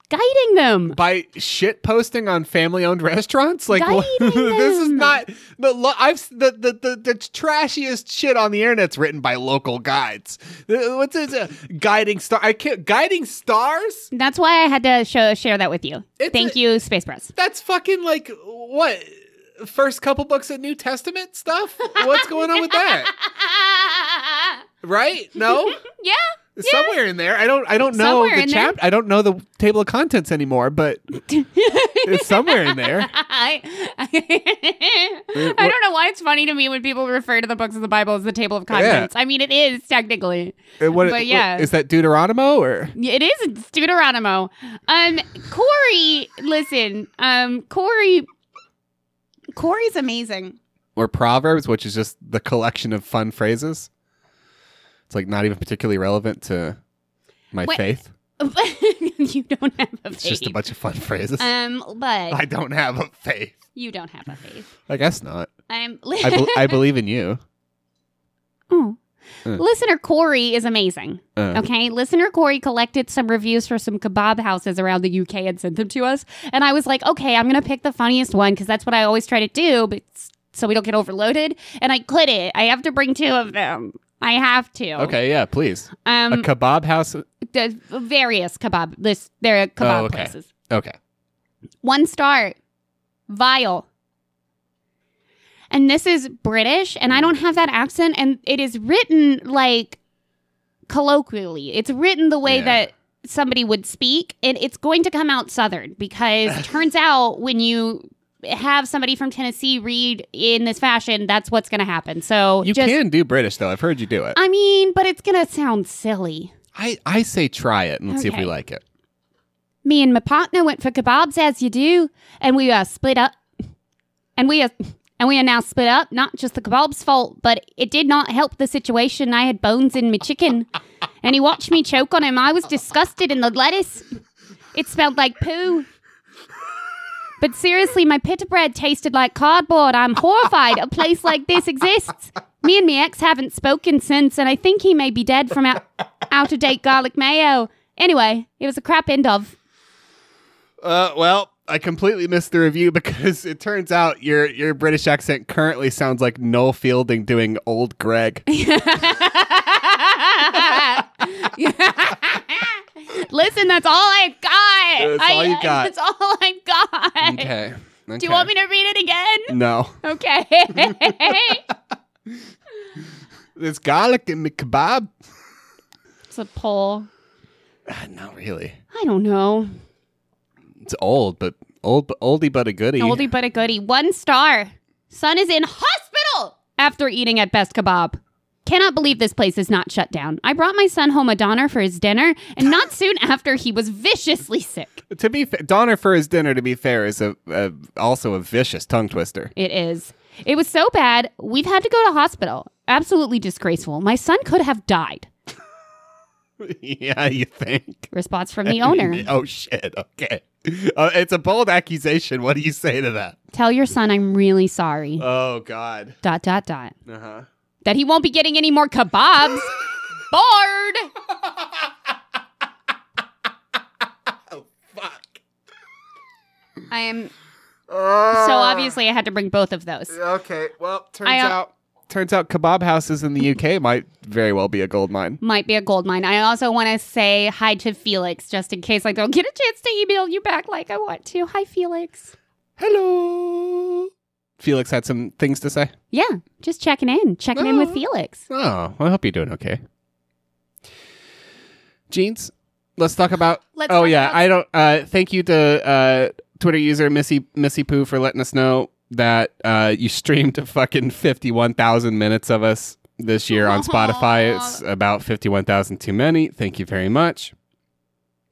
S2: Guiding them.
S1: By shit posting on family-owned restaurants? Like [LAUGHS] what-
S2: Guiding
S1: this is
S2: them.
S1: not the lo- I've s- the, the the the trashiest shit on the internet's written by local guides. Uh, What's it? uh, Guiding star? I can't guiding stars.
S2: That's why I had to show, share that with you.
S1: It's
S2: Thank
S1: a-
S2: you, Space Bros. [LAUGHS]
S1: That's fucking like what first couple books of New Testament stuff? What's going on with
S2: [LAUGHS]
S1: that? Right? No?
S2: yeah.
S1: Somewhere in there. I don't I don't know
S2: Somewhere
S1: the
S2: in there.
S1: chapter. I don't know the table of contents anymore,
S2: [LAUGHS]
S1: but it's somewhere in there.
S2: I, I, I don't know why it's funny to me when people refer to the books of the Bible as the table of contents. I mean, it is technically.
S1: Uh, What,
S2: But yeah.
S1: what- is that Deuteronomo or
S2: It is it's Deuteronomo. Um, Corey, listen. Um, Corey, Corey's amazing.
S1: or Proverbs, which is just the collection of fun phrases? It's like not even particularly relevant to my
S2: Wait,
S1: faith.
S2: [LAUGHS] you don't have a faith.
S1: It's just a bunch of fun phrases.
S2: um,
S1: [LAUGHS]
S2: but
S1: I don't have a faith.
S2: you don't have a faith. Um,
S1: I guess not.
S2: I'm. [LAUGHS]
S1: I, bel I believe in you.
S2: Oh.
S1: Mm.
S2: Listener Corey is amazing.
S1: Uh,
S2: Okay. Listener Corey collected some reviews for some kebab houses around the UK and sent them to us. And I was like, okay, I'm going to pick the funniest one because that's what I always try to do, but s- so we don't get overloaded. And I couldn't. I have to bring two of them. I have to.
S1: Okay, yeah, please.
S2: Um,
S1: a kebab house.
S2: there's various kebab. This, there are kebab
S1: Oh, okay.
S2: places.
S1: Okay.
S2: One star, vile. And this is British, and I don't have that accent, and it is written like colloquially. It's written the way
S1: Yeah.
S2: that somebody would speak, and it's going to come out Southern because
S1: [LAUGHS]
S2: it turns out when you have somebody from Tennessee read in this fashion, that's what's going to happen. So
S1: You
S2: just, Uh,
S1: can do British though. I've heard you do it.
S2: I mean, but it's going to sound silly.
S1: I, I say try it and let's see if we
S2: Okay.
S1: like it.
S2: Me and my partner went for kebabs as you do, and we are split up. And we are and we are now split up, not just the kebab's fault, but it did not help the situation. I had bones in my chicken. And he watched me choke on him. I was disgusted in the lettuce. It smelled like poo. But seriously, my pita bread tasted like cardboard. I'm horrified a place like this exists. Me and my ex haven't spoken since, and I think he may be dead from out, out of date garlic mayo. Anyway, it was a crap end of.
S1: Uh, well, I completely missed the review [LAUGHS] because it turns out your your British accent currently sounds like Noel Fielding doing old
S2: [LAUGHS]
S1: Greg.
S2: Listen, that's all I've got. [LAUGHS]
S1: That's all you
S2: I-
S1: got.
S2: That's all I've got.
S1: okay.
S2: Do you want me to read it again?
S1: No. [LAUGHS]
S2: Okay.
S1: It's garlic in the kebab. Uh,
S2: it's a poll.
S1: Not really.
S2: I don't know.
S1: It's old, but old, oldie but a goodie.
S2: Oldie but a goodie. One star. Son is in hospital after eating at Best Kebab. Cannot believe this place is not shut down. I brought my son home a Donner for his dinner,
S1: [GASPS]
S2: and not soon after he was viciously sick.
S1: To be fa- Donner for his dinner, to be fair, is a, a also a vicious tongue twister. [LAUGHS]
S2: It is. It was so bad, we've had to go to hospital. Absolutely disgraceful. My son could have died.
S1: yeah, you think?
S2: Response
S1: [LAUGHS]
S2: from the owner.
S1: oh shit. Okay. Uh, it's a bold accusation. What do you say to that?
S2: Tell your son I'm really sorry.
S1: Oh God.
S2: Dot dot dot.
S1: Uh huh.
S2: That he won't be getting any more kebabs. Bored.
S1: Fuck.
S2: I am
S1: Oh.
S2: so obviously I had to bring both of those.
S1: Okay. Well, turns
S2: I, uh,
S1: out turns out kebab houses in the UK might very well be a gold mine.
S2: might be a gold mine. I also want to say hi to Felix just in case I don't get a chance to email you back like I want to. Hi, Felix.
S1: Hello. Felix had some things to say.
S2: Yeah, just checking in, checking in with
S1: Oh.
S2: Felix.
S1: Oh, I hope you're doing okay. Jeans, let's talk about.
S2: Let's
S1: oh
S2: talk
S1: yeah,
S2: about-
S1: I don't. Uh, thank you to uh, Twitter user Missy Missy Poo for letting us know that uh, you streamed a fucking fifty one thousand minutes of us this year on Spotify.
S2: Aw.
S1: It's about fifty one thousand too many. Thank you very much.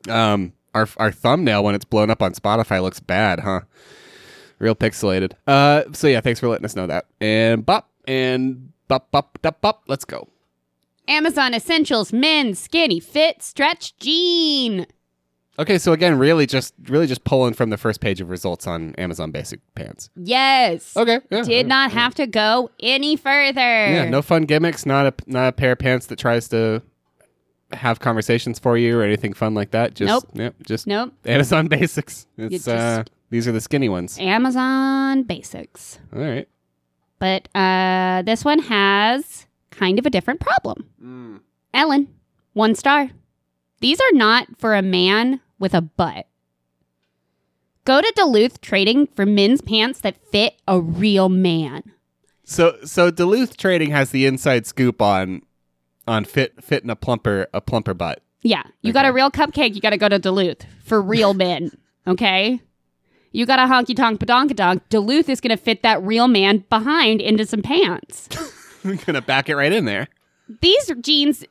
S1: Um, our our thumbnail when it's blown up on Spotify looks bad, huh? real pixelated. Uh, so yeah, thanks for letting us know that. And bop and bop bop bop bop. Let's go.
S2: Amazon Essentials Men Skinny Fit Stretch Jean.
S1: Okay, so again, really just really just pulling from the first page of results on Amazon Basic Pants.
S2: Yes.
S1: Okay, yeah,
S2: Did
S1: yeah,
S2: not
S1: yeah.
S2: have to go any further.
S1: Yeah, no fun gimmicks. Not a not a pair of pants that tries to have conversations for you or anything fun like that. Just
S2: Nope.
S1: Yep. Just
S2: Nope.
S1: [LAUGHS] Amazon Basics. It's
S2: just- Eh.
S1: uh, these are the skinny ones.
S2: Amazon Basics.
S1: All right.
S2: But uh, this one has kind of a different problem.
S1: Mm.
S2: Ellen, one star. These are not for a man with a butt. Go to Duluth Trading for men's pants that fit a real man.
S1: So so Duluth Trading has the inside scoop on on fit fitting a plumper a plumper butt. [LAUGHS]
S2: Yeah, you got a
S1: Okay.
S2: real cupcake, you got to go to Duluth
S1: [LAUGHS]
S2: for real men, okay? You got a honky tonk badonkadonk. Duluth is going to fit that real man behind into some pants.
S1: gonna back it right in there.
S2: these jeans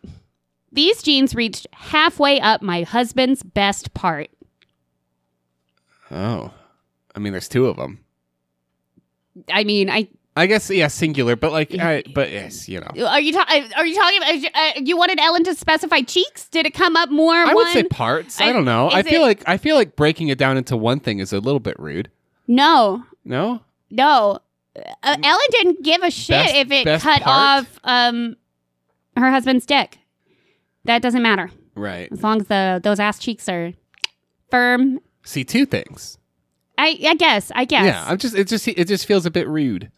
S2: these jeans reached halfway up my husband's best part
S1: Oh, I mean, there's two of them.
S2: i mean i
S1: I guess yeah, singular, but like,
S2: [LAUGHS]
S1: I, but yes, you know,
S2: are you talking are you talking uh, you wanted ellen to specify cheeks did it come up more
S1: I
S2: one?
S1: would say parts. I,
S2: I-
S1: don't know.
S2: is
S1: I feel
S2: it-
S1: like I feel like breaking it down into one thing is a little bit rude.
S2: no
S1: No,
S2: no uh, ellen didn't give a shit
S1: Best-
S2: if it
S1: best
S2: cut
S1: part?
S2: off um her husband's dick that doesn't matter
S1: right?
S2: as long as the those ass cheeks are firm
S1: See, two things.
S2: i i guess i guess
S1: Yeah, I'm just it just it just feels a bit rude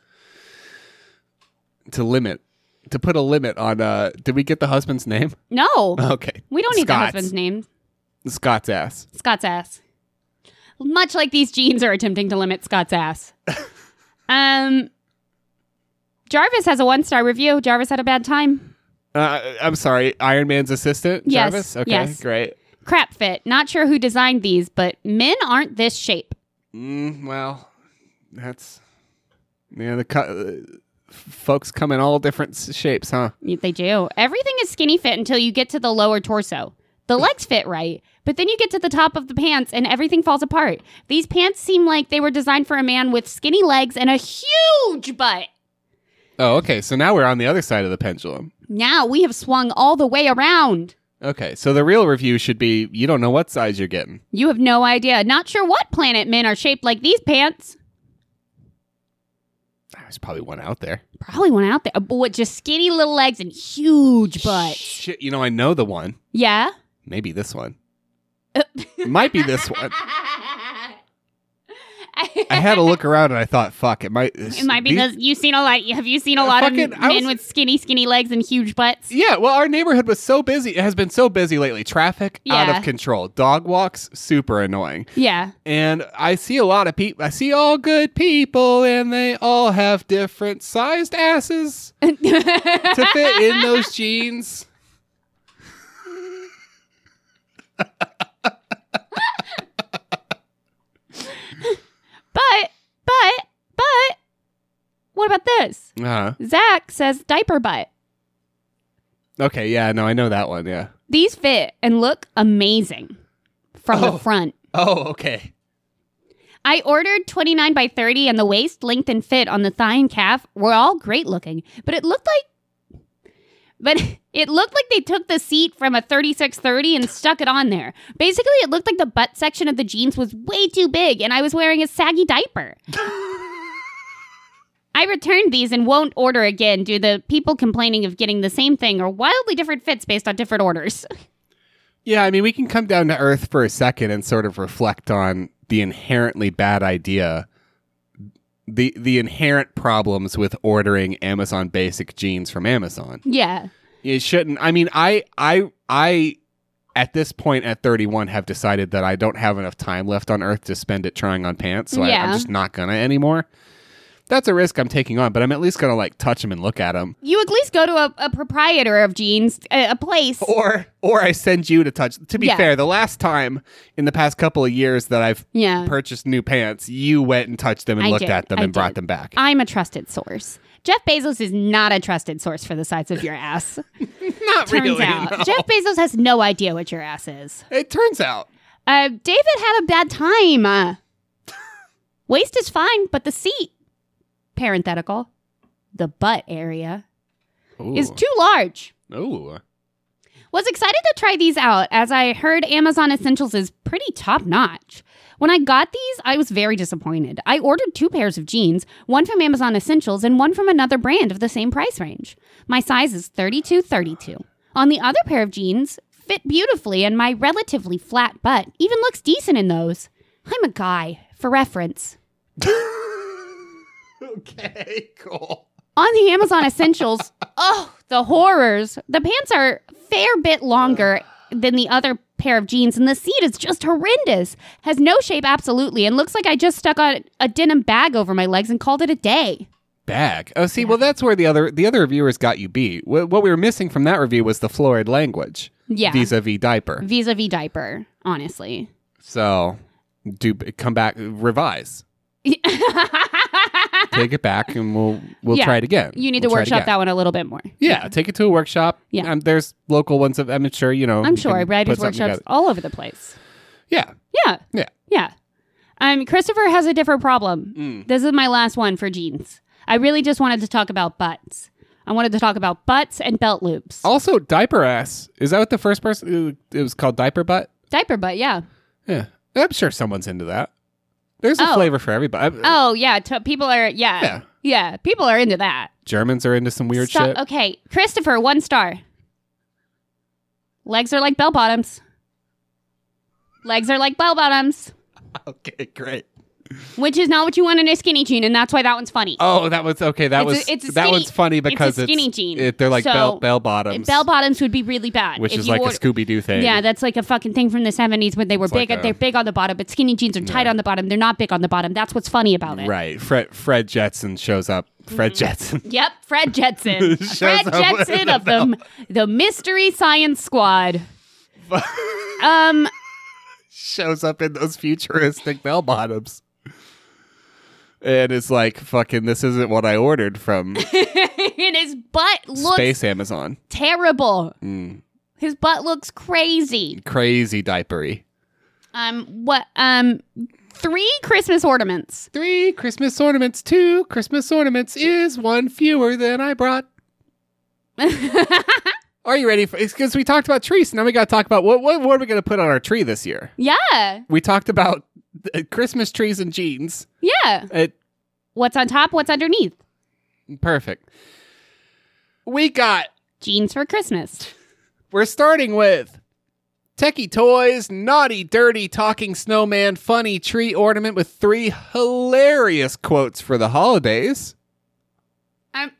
S1: to limit to put a limit on. uh Did we get the husband's name? [LAUGHS]
S2: no
S1: Okay,
S2: we don't need the
S1: Uh, Scott's.
S2: husband's name
S1: Scott's ass.
S2: Scott's ass. Much like these jeans are attempting to limit
S1: [LAUGHS]
S2: Scott's ass. um, Jarvis has a one star review. Jarvis had a bad time.
S1: Uh, I'm sorry, Iron Man's assistant,
S2: Yes,
S1: Jarvis. Okay,
S2: yes.
S1: great.
S2: Crap fit. Not sure who designed these, but men aren't this shape.
S1: Mm, well, that's yeah. The co- uh, f- folks come in all different s- shapes, huh?
S2: They do. Everything is skinny fit until you get to the lower torso. The legs fit right, but then you get to the top of the pants and everything falls apart. These pants seem like they were designed for a man with skinny legs and a huge butt.
S1: Oh, okay. So now we're on the other side of the pendulum.
S2: Now we have swung all the way around.
S1: Okay, so the real review should be: you don't know what size you're getting.
S2: You have no idea. Not sure what planet men are shaped like these pants.
S1: There's probably one out there.
S2: Probably one out there. uh, But with just skinny little legs and huge butt.
S1: shit, you know I know the one.
S2: Yeah?
S1: Maybe
S2: [LAUGHS]
S1: this one. Might be this one.
S2: I,
S1: I had
S2: [LAUGHS]
S1: to look around and I thought, fuck, it might.
S2: It might be because you've seen a lot. Have you seen a lot of
S1: fucking- I
S2: men
S1: was-
S2: with skinny, skinny legs and huge butts?
S1: Yeah, well, our neighborhood was so busy. It has been so busy lately. Traffic out
S2: Yeah.
S1: of control. Dog walks super annoying.
S2: Yeah.
S1: And I see a lot of people. I see all good people, and they all have different sized asses [LAUGHS] to fit
S2: [LAUGHS]
S1: in those jeans.
S2: But, but, but, what about this?
S1: Uh-huh.
S2: Zach says diaper butt.
S1: Okay, yeah, no, I know that one. Yeah.
S2: These fit and look amazing from
S1: Oh.
S2: the front.
S1: Oh, okay. [LAUGHS]
S2: I ordered 29 by 30, and the waist, length, and fit on the thigh and calf were all great looking. But it looked like. But [LAUGHS] it looked like they took the seat from a 3630 and stuck it on there. Basically, it looked like the butt section of the jeans was way too big, and I was wearing a saggy diaper. I returned these and won't order again due to people complaining of getting the same thing or wildly different fits based on different orders. [LAUGHS]
S1: Yeah, I mean, we can come down to earth for a second and sort of reflect on the inherently bad idea, the the inherent problems with ordering Amazon Basic jeans from Amazon.
S2: yeah.
S1: It shouldn't. I mean, I I I at this point at 31 have decided that I don't have enough time left on earth to spend it trying on pants, so I,
S2: Yeah.
S1: I'm just not gonna anymore. That's a risk I'm taking on, but I'm at least gonna like touch them and look at them.
S2: You at least go to a, a proprietor of jeans, a, a place.
S1: or or I send you to touch. To be
S2: Yeah.
S1: fair, the last time in the past couple of years that I've
S2: Yeah.
S1: purchased new pants, you went and touched them and
S2: I
S1: looked
S2: did.
S1: at them
S2: I
S1: and brought
S2: did.
S1: them back.
S2: I'm a trusted source. Jeff Bezos is not a trusted source for the size of your ass.
S1: [LAUGHS] Not
S2: Turns
S1: really.
S2: out.
S1: no.
S2: Jeff Bezos has no idea what your ass is.
S1: it turns out.
S2: Uh, David had a bad time.
S1: [LAUGHS]
S2: Uh, waist is fine, but the seat, parenthetical, the butt area,
S1: Ooh.
S2: is too large.
S1: Ooh.
S2: Was excited to try these out as I heard Amazon Essentials is pretty top notch. When I got these, I was very disappointed. I ordered two pairs of jeans, one from Amazon Essentials and one from another brand of the same price range. My size is 32 32. On the other pair of jeans, fit beautifully and my relatively flat butt even looks decent in those. I'm a guy, for reference.
S1: [LAUGHS] okay. Cool.
S2: On the
S1: [LAUGHS]
S2: Amazon Essentials, oh, the horrors. The pants are a fair bit longer than the other pair of jeans, and the seat is just horrendous. Has no shape absolutely, and looks like I just stuck on a denim bag over my legs and called it a day.
S1: Bag. Oh, see, well, that's where the other the other reviewers got you beat. Wh- what we were missing from that review was the florid language
S2: Yeah. Mm-hmm.
S1: vis-a-vis diaper.
S2: Vis a vis diaper,
S1: [LAUGHS]
S2: honestly.
S1: So, do come back, revise,
S2: you
S1: take it back, and we'll we'll
S2: Yeah.
S1: try it again.
S2: need to
S1: We'll try it
S2: workshop
S1: again.
S2: that one a little bit more.
S1: Yeah, take it to a workshop.
S2: Yeah.
S1: um, there's local ones. That, I'm sure you know.
S2: I'm
S1: you
S2: sure
S1: Um, can
S2: writers'
S1: put something
S2: workshops
S1: together.
S2: all over the place.
S1: Yeah,
S2: Yeah.
S1: Yeah.
S2: Yeah. Um, Christopher has a different problem.
S1: Mm.
S2: This is my last one for jeans. I really just wanted to talk about butts. I wanted to talk about butts and belt loops.
S1: Also, diaper ass. Is that what the first person? It was called diaper butt.
S2: Diaper butt, yeah.
S1: Yeah, I'm sure someone's into that. There's a
S2: Oh.
S1: flavor for everybody. I-
S2: Oh, yeah. T- people are, yeah.
S1: Yeah.
S2: yeah. People are into that.
S1: Germans are into some weird
S2: Stop-
S1: shit.
S2: Okay. Christopher, one star. Legs are like bell bottoms. Legs are like bell bottoms,
S1: Okay, great.
S2: which is not what you want in a skinny jean, and that's why that one's funny.
S1: Oh, that was okay. That
S2: It's a-
S1: was
S2: it's a
S1: that
S2: skinny-
S1: one's funny
S2: a
S1: because it's
S2: skinny jean.
S1: It, they're like
S2: So,
S1: bell bell bottoms,
S2: Bell bottoms would be really bad.
S1: which
S2: if
S1: is
S2: you
S1: like
S2: order-
S1: a Scooby Doo thing.
S2: Yeah, that's like a fucking thing from the seventies when they were big.
S1: like a-
S2: they're big on the bottom, but skinny jeans are tight on the bottom. They're not big on the bottom. That's what's funny about it.
S1: right. Fred Fred Jetson shows up.
S2: Mm-hmm.
S1: Fred Jetson. [LAUGHS]
S2: Yep, Fred Jetson,
S1: Shows
S2: Fred
S1: up
S2: Jetson
S1: with [LAUGHS]
S2: of the the Mystery Science Squad. um,
S1: shows up in those futuristic bell bottoms. And it's like, fucking, this isn't what I ordered
S2: [LAUGHS]
S1: from
S2: and his butt looks
S1: Space Amazon.
S2: terrible.
S1: Mm.
S2: His butt looks crazy.
S1: Crazy diapery.
S2: Um, what? Um, three Christmas ornaments.
S1: Three Christmas ornaments, two Christmas ornaments is one fewer than I brought. Are you ready? For, it's because we talked about trees. Now we got to talk about what, what, what are we going to put on our tree this year?
S2: Yeah,
S1: We talked about uh, Christmas trees and jeans.
S2: yeah.
S1: It,
S2: What's on top? What's underneath?
S1: perfect. We got
S2: Jeans for Christmas.
S1: We're starting with Techie toys, naughty, dirty, talking snowman, funny tree ornament with three hilarious quotes for the holidays.
S2: I'm,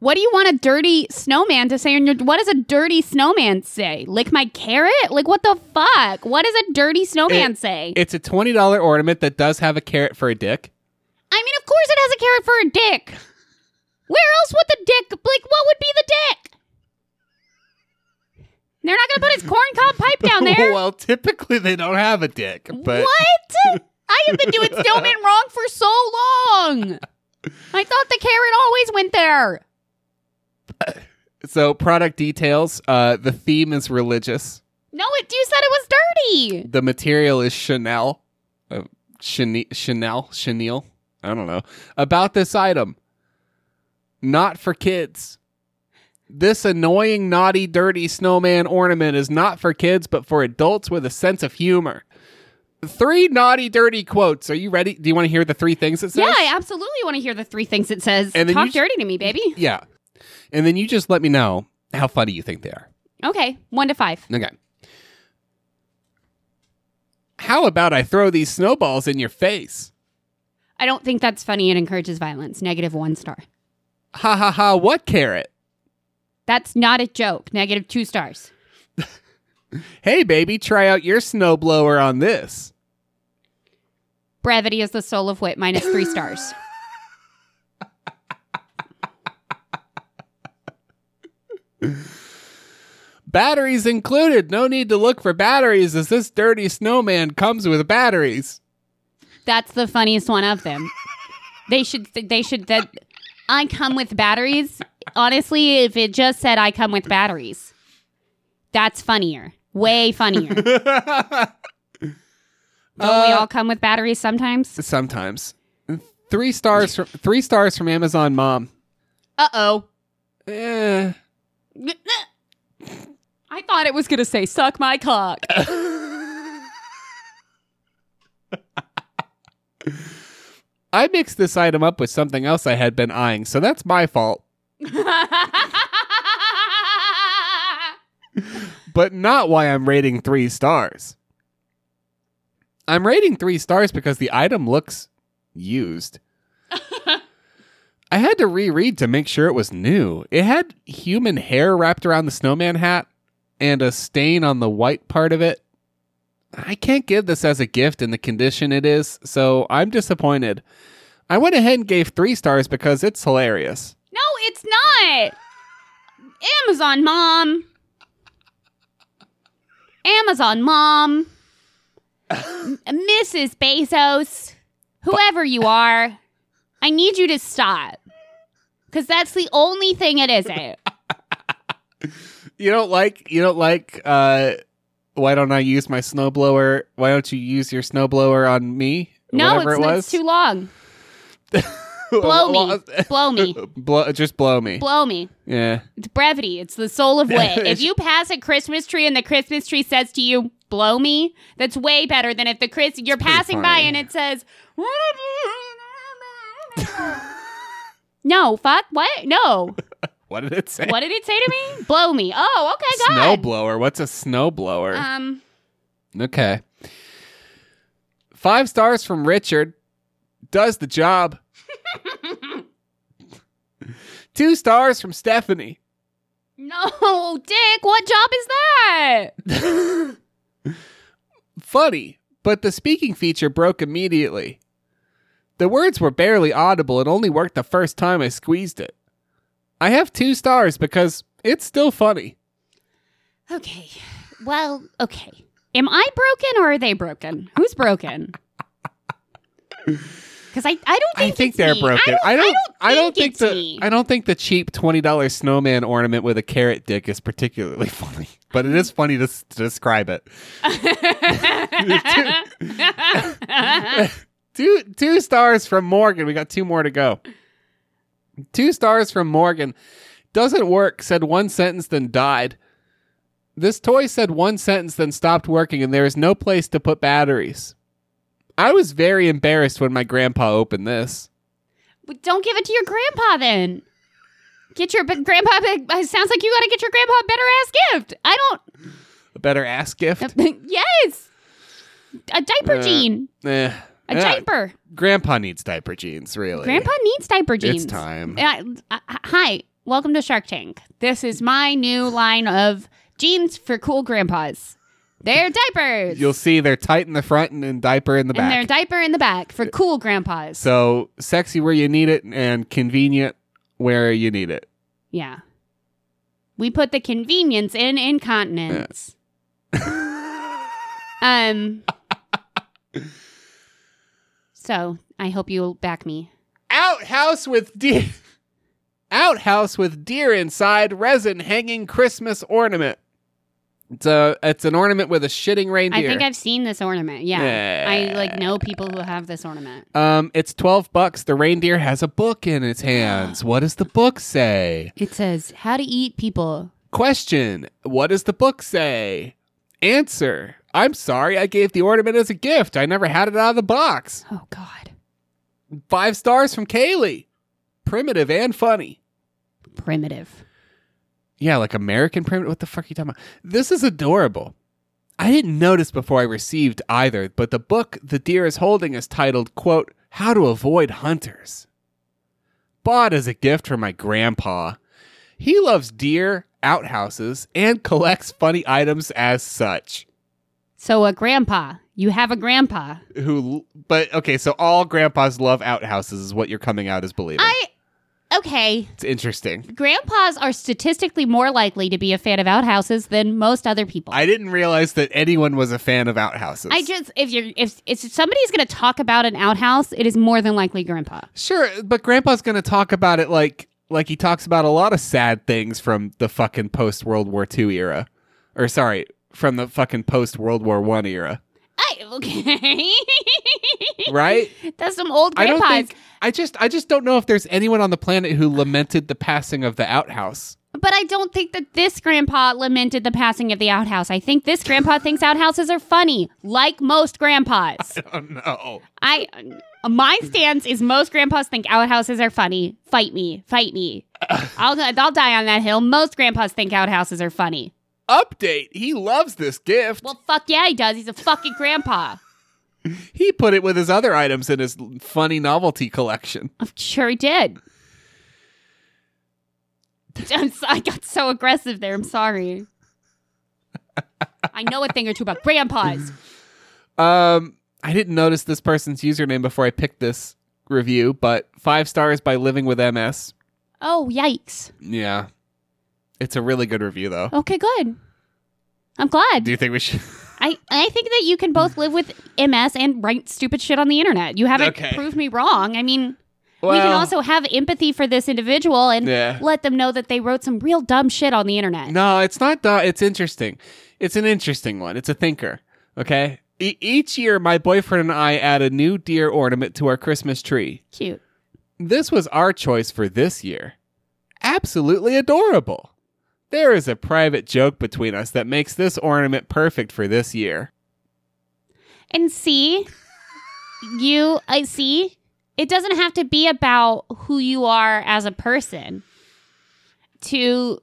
S2: what do you want a dirty snowman to say? In your, what does a dirty snowman say? Lick my carrot? Like, what the fuck? What does a dirty snowman
S1: It-
S2: say?
S1: It's a $20 ornament that does have a carrot for a dick.
S2: I mean, of course it has a carrot for a dick. Where else would the dick, like, what would be the dick? They're not going to put his corn cob
S1: [LAUGHS]
S2: pipe down there.
S1: well, typically they don't have a dick, but
S2: what? I have been doing snowman
S1: [LAUGHS]
S2: wrong for so long. I thought the carrot always went there.
S1: so product details. Uh, the theme is religious.
S2: No, it. You said it was dirty.
S1: The material is Chanel, uh, Chane- Chanel, Chanel. I don't know about this item. Not for kids. This annoying, naughty, dirty snowman ornament is not for kids, but for adults with a sense of humor. Three naughty, dirty quotes. Are you ready? Do you want to hear the three things it says?
S2: yeah, I absolutely want to hear the three things it says.
S1: And then
S2: Talk
S1: you-
S2: dirty to me, baby.
S1: Yeah. And then you just let me know how funny you think they are.
S2: Okay, one to five.
S1: Okay. How about I throw these snowballs in your face?
S2: I don't think that's funny and encourages violence. Negative one star.
S1: Ha ha ha, what carrot?
S2: That's not a joke. Negative two stars.
S1: Hey baby, try out your snowblower on this.
S2: Brevity is the soul of wit. Minus
S1: [LAUGHS]
S2: three stars.
S1: Batteries included. No need to look for batteries as this dirty snowman comes with batteries. [LAUGHS]
S2: That's the funniest one of them. They should. Th- they should. That I come with batteries. Honestly, if it just said I come with batteries, that's funnier. Way funnier. Don't we
S1: Uh,
S2: all come with batteries sometimes?
S1: Sometimes. 3 stars from 3 stars from Amazon mom.
S2: Uh oh.
S1: Eh.
S2: I thought it was gonna say "suck my cock."
S1: [LAUGHS]
S2: [LAUGHS]
S1: I mixed this item up with something else I had been eyeing, so that's my fault. But not why I'm rating three stars. I'm rating three stars because the item looks used. I had to reread to make sure it was new. It had human hair wrapped around the snowman hat and a stain on the white part of it. I can't give this as a gift in the condition it is, so I'm disappointed. I went ahead and gave three stars because it's hilarious.
S2: no, it's not. Amazon mom. Amazon mom. M- Mrs. Bezos, whoever you are, I need you to stop. Cause that's the only thing it isn't.
S1: You don't like you don't like uh why don't I use my snowblower? Why don't you use your snowblower on me?
S2: No,
S1: [LAUGHS] Whatever
S2: it's,
S1: it
S2: not,
S1: was.
S2: it's
S1: [LAUGHS]
S2: too long. Blow me.
S1: [LAUGHS]
S2: Blow me.
S1: blow, just blow me.
S2: Blow me.
S1: yeah.
S2: It's brevity. It's the soul
S1: [LAUGHS]
S2: of wit. if you pass a Christmas tree and the Christmas tree says to you, "Blow me," that's way better than if the Chris you're passing by
S1: funny.
S2: and it
S1: [LAUGHS]
S2: says. no, fuck. What? No.
S1: What did it say?
S2: What did it say to me? Blow me. Oh, okay, God.
S1: Snowblower. What's a snowblower?
S2: Um,
S1: okay. Five stars from Richard. Does the
S2: [LAUGHS]
S1: job. Two stars from Stephanie.
S2: no, [LAUGHS] Dick. What job is that?
S1: Funny, but the speaking feature broke immediately. The words were barely audible and only worked the first time I squeezed it. I have two stars because it's still funny.
S2: Okay. Well, okay. Am I broken or are they broken? Who's [LAUGHS] broken? Because I, I don't think, it's me. I don't, I don't think,
S1: the
S2: it's me.
S1: I don't think the cheap twenty dollar snowman ornament with a carrot dick is particularly [LAUGHS] funny, but it is funny to, s- to describe it.
S2: [LAUGHS]
S1: two two stars from Morgan. We got two more to go. Two stars from Morgan. Doesn't work, said one sentence, then died. This toy said one sentence, then stopped working, and there is no place to put batteries. I was very embarrassed when my grandpa opened this.
S2: But don't give it to your grandpa then. Get your but grandpa. It sounds like you got to get your grandpa a better ass gift. I don't.
S1: better ass gift?
S2: [LAUGHS] yes, a diaper
S1: Uh,
S2: gene,
S1: Eh.
S2: a
S1: Yeah.
S2: diaper.
S1: Grandpa needs diaper jeans, really.
S2: Grandpa needs diaper jeans.
S1: It's time.
S2: Yeah, I- I- hi, welcome to Shark Tank. This is my new line of jeans for cool grandpas.
S1: [LAUGHS]
S2: They're diapers.
S1: You'll see they're tight in the front and in diaper in the
S2: and they're
S1: back.
S2: diaper in the back for cool grandpas.
S1: so sexy where you need it and convenient where you need it. [LAUGHS]
S2: yeah. We put the convenience in incontinence.
S1: [LAUGHS]
S2: um. So I hope you'll back me.
S1: Outhouse with deer. [LAUGHS] Outhouse with deer inside, resin hanging Christmas ornament. It's a it's an ornament with a shitting
S2: I
S1: reindeer.
S2: think I've seen this ornament. Yeah. I like know people who have this ornament.
S1: Um, it's twelve bucks. The reindeer has a book in
S2: [GASPS]
S1: its hands. What does the book say?
S2: It says how to eat people.
S1: Question: What does the book say? Answer: I'm sorry, I gave the ornament as a gift. I never had it out of the box.
S2: Oh God.
S1: Five stars from Kaylee. Primitive and funny.
S2: Primitive.
S1: Yeah, like American primitive. What the fuck are you talking about? This is adorable. I didn't notice before I received either, but the book the deer is holding is titled, quote, How to Avoid Hunters. Bought as a gift from my grandpa. He loves deer, outhouses, and collects funny items as such.
S2: So a grandpa. You have a grandpa.
S1: Who, but okay, so all grandpas love outhouses, is what you're coming out as believing.
S2: I okay.
S1: it's interesting.
S2: Grandpas are statistically more likely to be a fan of outhouses than most other people.
S1: I didn't realize that anyone was a fan of outhouses.
S2: I just if you're if if somebody's gonna talk about an outhouse, it is more than likely grandpa.
S1: Sure, but Grandpa's going to talk about it like like he talks about a lot of sad things from the fucking post World War II era, or sorry, from the fucking post World War One era,
S2: I okay. [LAUGHS]
S1: right?
S2: That's some old
S1: I don't
S2: grandpas.
S1: think I just I just don't know if there's anyone on the planet who lamented the passing of the outhouse.
S2: But I don't think that this grandpa lamented the passing of the outhouse. I think this grandpa thinks outhouses are funny, like most grandpas.
S1: [LAUGHS] Oh no!
S2: I my stance is most grandpas think outhouses are funny. Fight me, fight me. I'll I'll die on that hill. Most grandpas think outhouses are funny.
S1: Update: He loves this gift.
S2: Well, fuck yeah, he does. He's a fucking grandpa.
S1: He put it with his other items in his funny novelty collection.
S2: I'm sure he did. I'm so- I got so aggressive there. I'm sorry. I know a thing or two about grandpas.
S1: Um, I didn't notice this person's username before I picked this review, but five stars by living with MS.
S2: Oh, yikes.
S1: Yeah, it's a really good review though.
S2: Okay, good. I'm glad.
S1: Do you think we should?
S2: I, I think that you can both live with MS and write stupid shit on the internet. You haven't
S1: Okay.
S2: proved me wrong. I mean, [LAUGHS] we can also have empathy for this individual and
S1: Yeah.
S2: let them know that they wrote some real dumb shit on the internet.
S1: No, it's not. duh, It's interesting. It's an interesting one. It's a thinker. Okay. E- each year, my boyfriend and I add a new deer ornament to our Christmas tree.
S2: Cute.
S1: This was our choice for this year. Absolutely adorable. There is a private joke between us that makes this ornament perfect for this year.
S2: And see, you, I see, it doesn't have to be about who you are as a person
S1: [LAUGHS]
S2: to,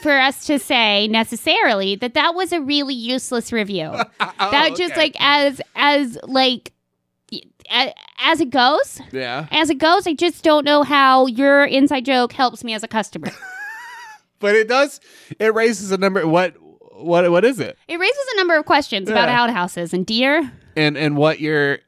S2: for us to say necessarily that that was a really useless review. that
S1: Oh,
S2: just like as, as like, y- a- as it goes,
S1: yeah
S2: as it goes, I just don't know how your inside joke helps me as
S1: [LAUGHS]
S2: a customer.
S1: but it does it raises a number what what what is it
S2: it raises a number of questions about
S1: Yeah.
S2: outhouses and deer.
S1: and and what your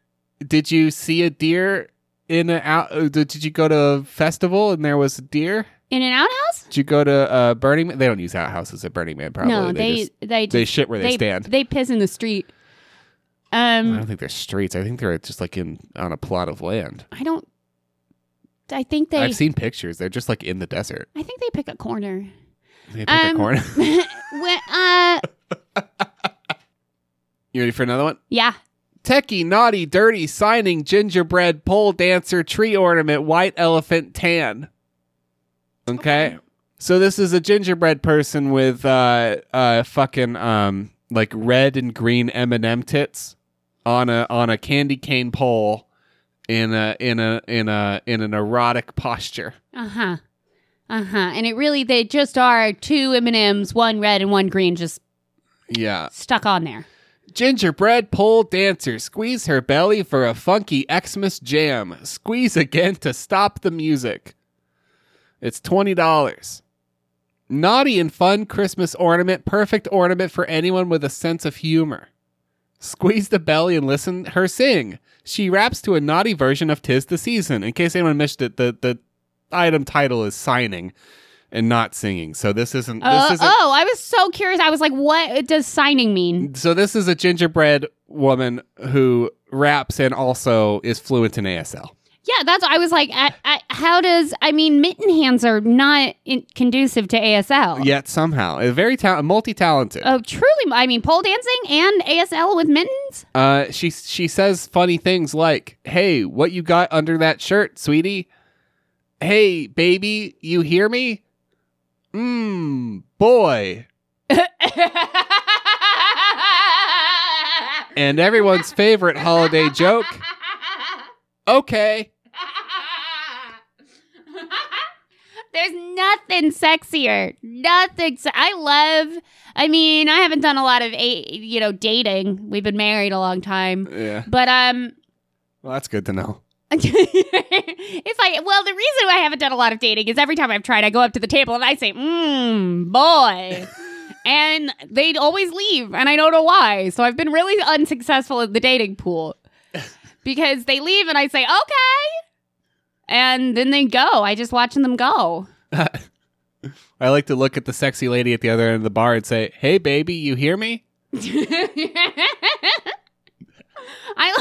S1: did you see a deer in an out uh, did, did you go to a festival and there was a deer
S2: In an outhouse?
S1: did you go to uh burning man they don't use outhouses at burning man probably
S2: no, they they
S1: just,
S2: they,
S1: they shit where they, stand
S2: They piss in the street.
S1: i
S2: Um,
S1: don't think they're streets i think they're just like in on a plot of land
S2: I don't. I think they.
S1: i've seen pictures they're just like in the desert
S2: I think they pick a corner. [LAUGHS]
S1: they pick a
S2: Um,
S1: corn
S2: When, uh,
S1: [LAUGHS] you ready for another one
S2: yeah.
S1: Techie, naughty, dirty, signing, gingerbread, pole dancer, tree ornament, white elephant, tan. Okay. So this is a gingerbread person with uh uh fucking um like red and green M and M tits on a on a candy cane pole in a in a in a in an erotic posture.
S2: Uh Uh-huh. huh. Uh huh. And it really, they just are two M and M's, one red and one green, just
S1: Yeah.
S2: stuck on there.
S1: Gingerbread pole dancer, squeeze her belly for a funky Xmas jam. Squeeze again to stop the music. It's $20. Naughty and fun Christmas ornament, perfect ornament for anyone with a sense of humor. Squeeze the belly and listen her sing. She raps to a naughty version of Tis the Season. In case anyone missed it, the, the item title is signing and not singing. So this isn't this
S2: Uh,
S1: isn't
S2: oh, I was so curious. I was like, what does signing mean?
S1: so this is a gingerbread woman who raps and also is fluent in ASL.
S2: Yeah, that's. I was like, I, I, how does? I mean, mitten hands are not in, conducive to ASL.
S1: Yet somehow, a very ta- multi-talented.
S2: Oh, truly. I mean, pole dancing and ASL with mittens.
S1: Uh, she she says funny things like, "Hey, what you got under that shirt, sweetie? Hey, baby, you hear me? Mmm, boy." And everyone's favorite holiday
S2: [LAUGHS]
S1: joke. Okay.
S2: [LAUGHS] There's nothing sexier. Nothing. Se- I love. I mean, I haven't done a lot of, a- you know, dating. We've been married a long time,
S1: Yeah.
S2: but um,
S1: Well, that's good to know.
S2: [LAUGHS] if I well, the reason I haven't done a lot of dating is every time I've tried, I go up to the table and I say, "Mmm, boy," and they'd always leave, and I don't know why. So I've been really unsuccessful in the dating pool because they leave and I say, "Okay," and then they go. I just watching them go. [LAUGHS]
S1: I like to look at the sexy lady at the other end of the bar and say, "Hey, baby, you hear me?"
S2: I I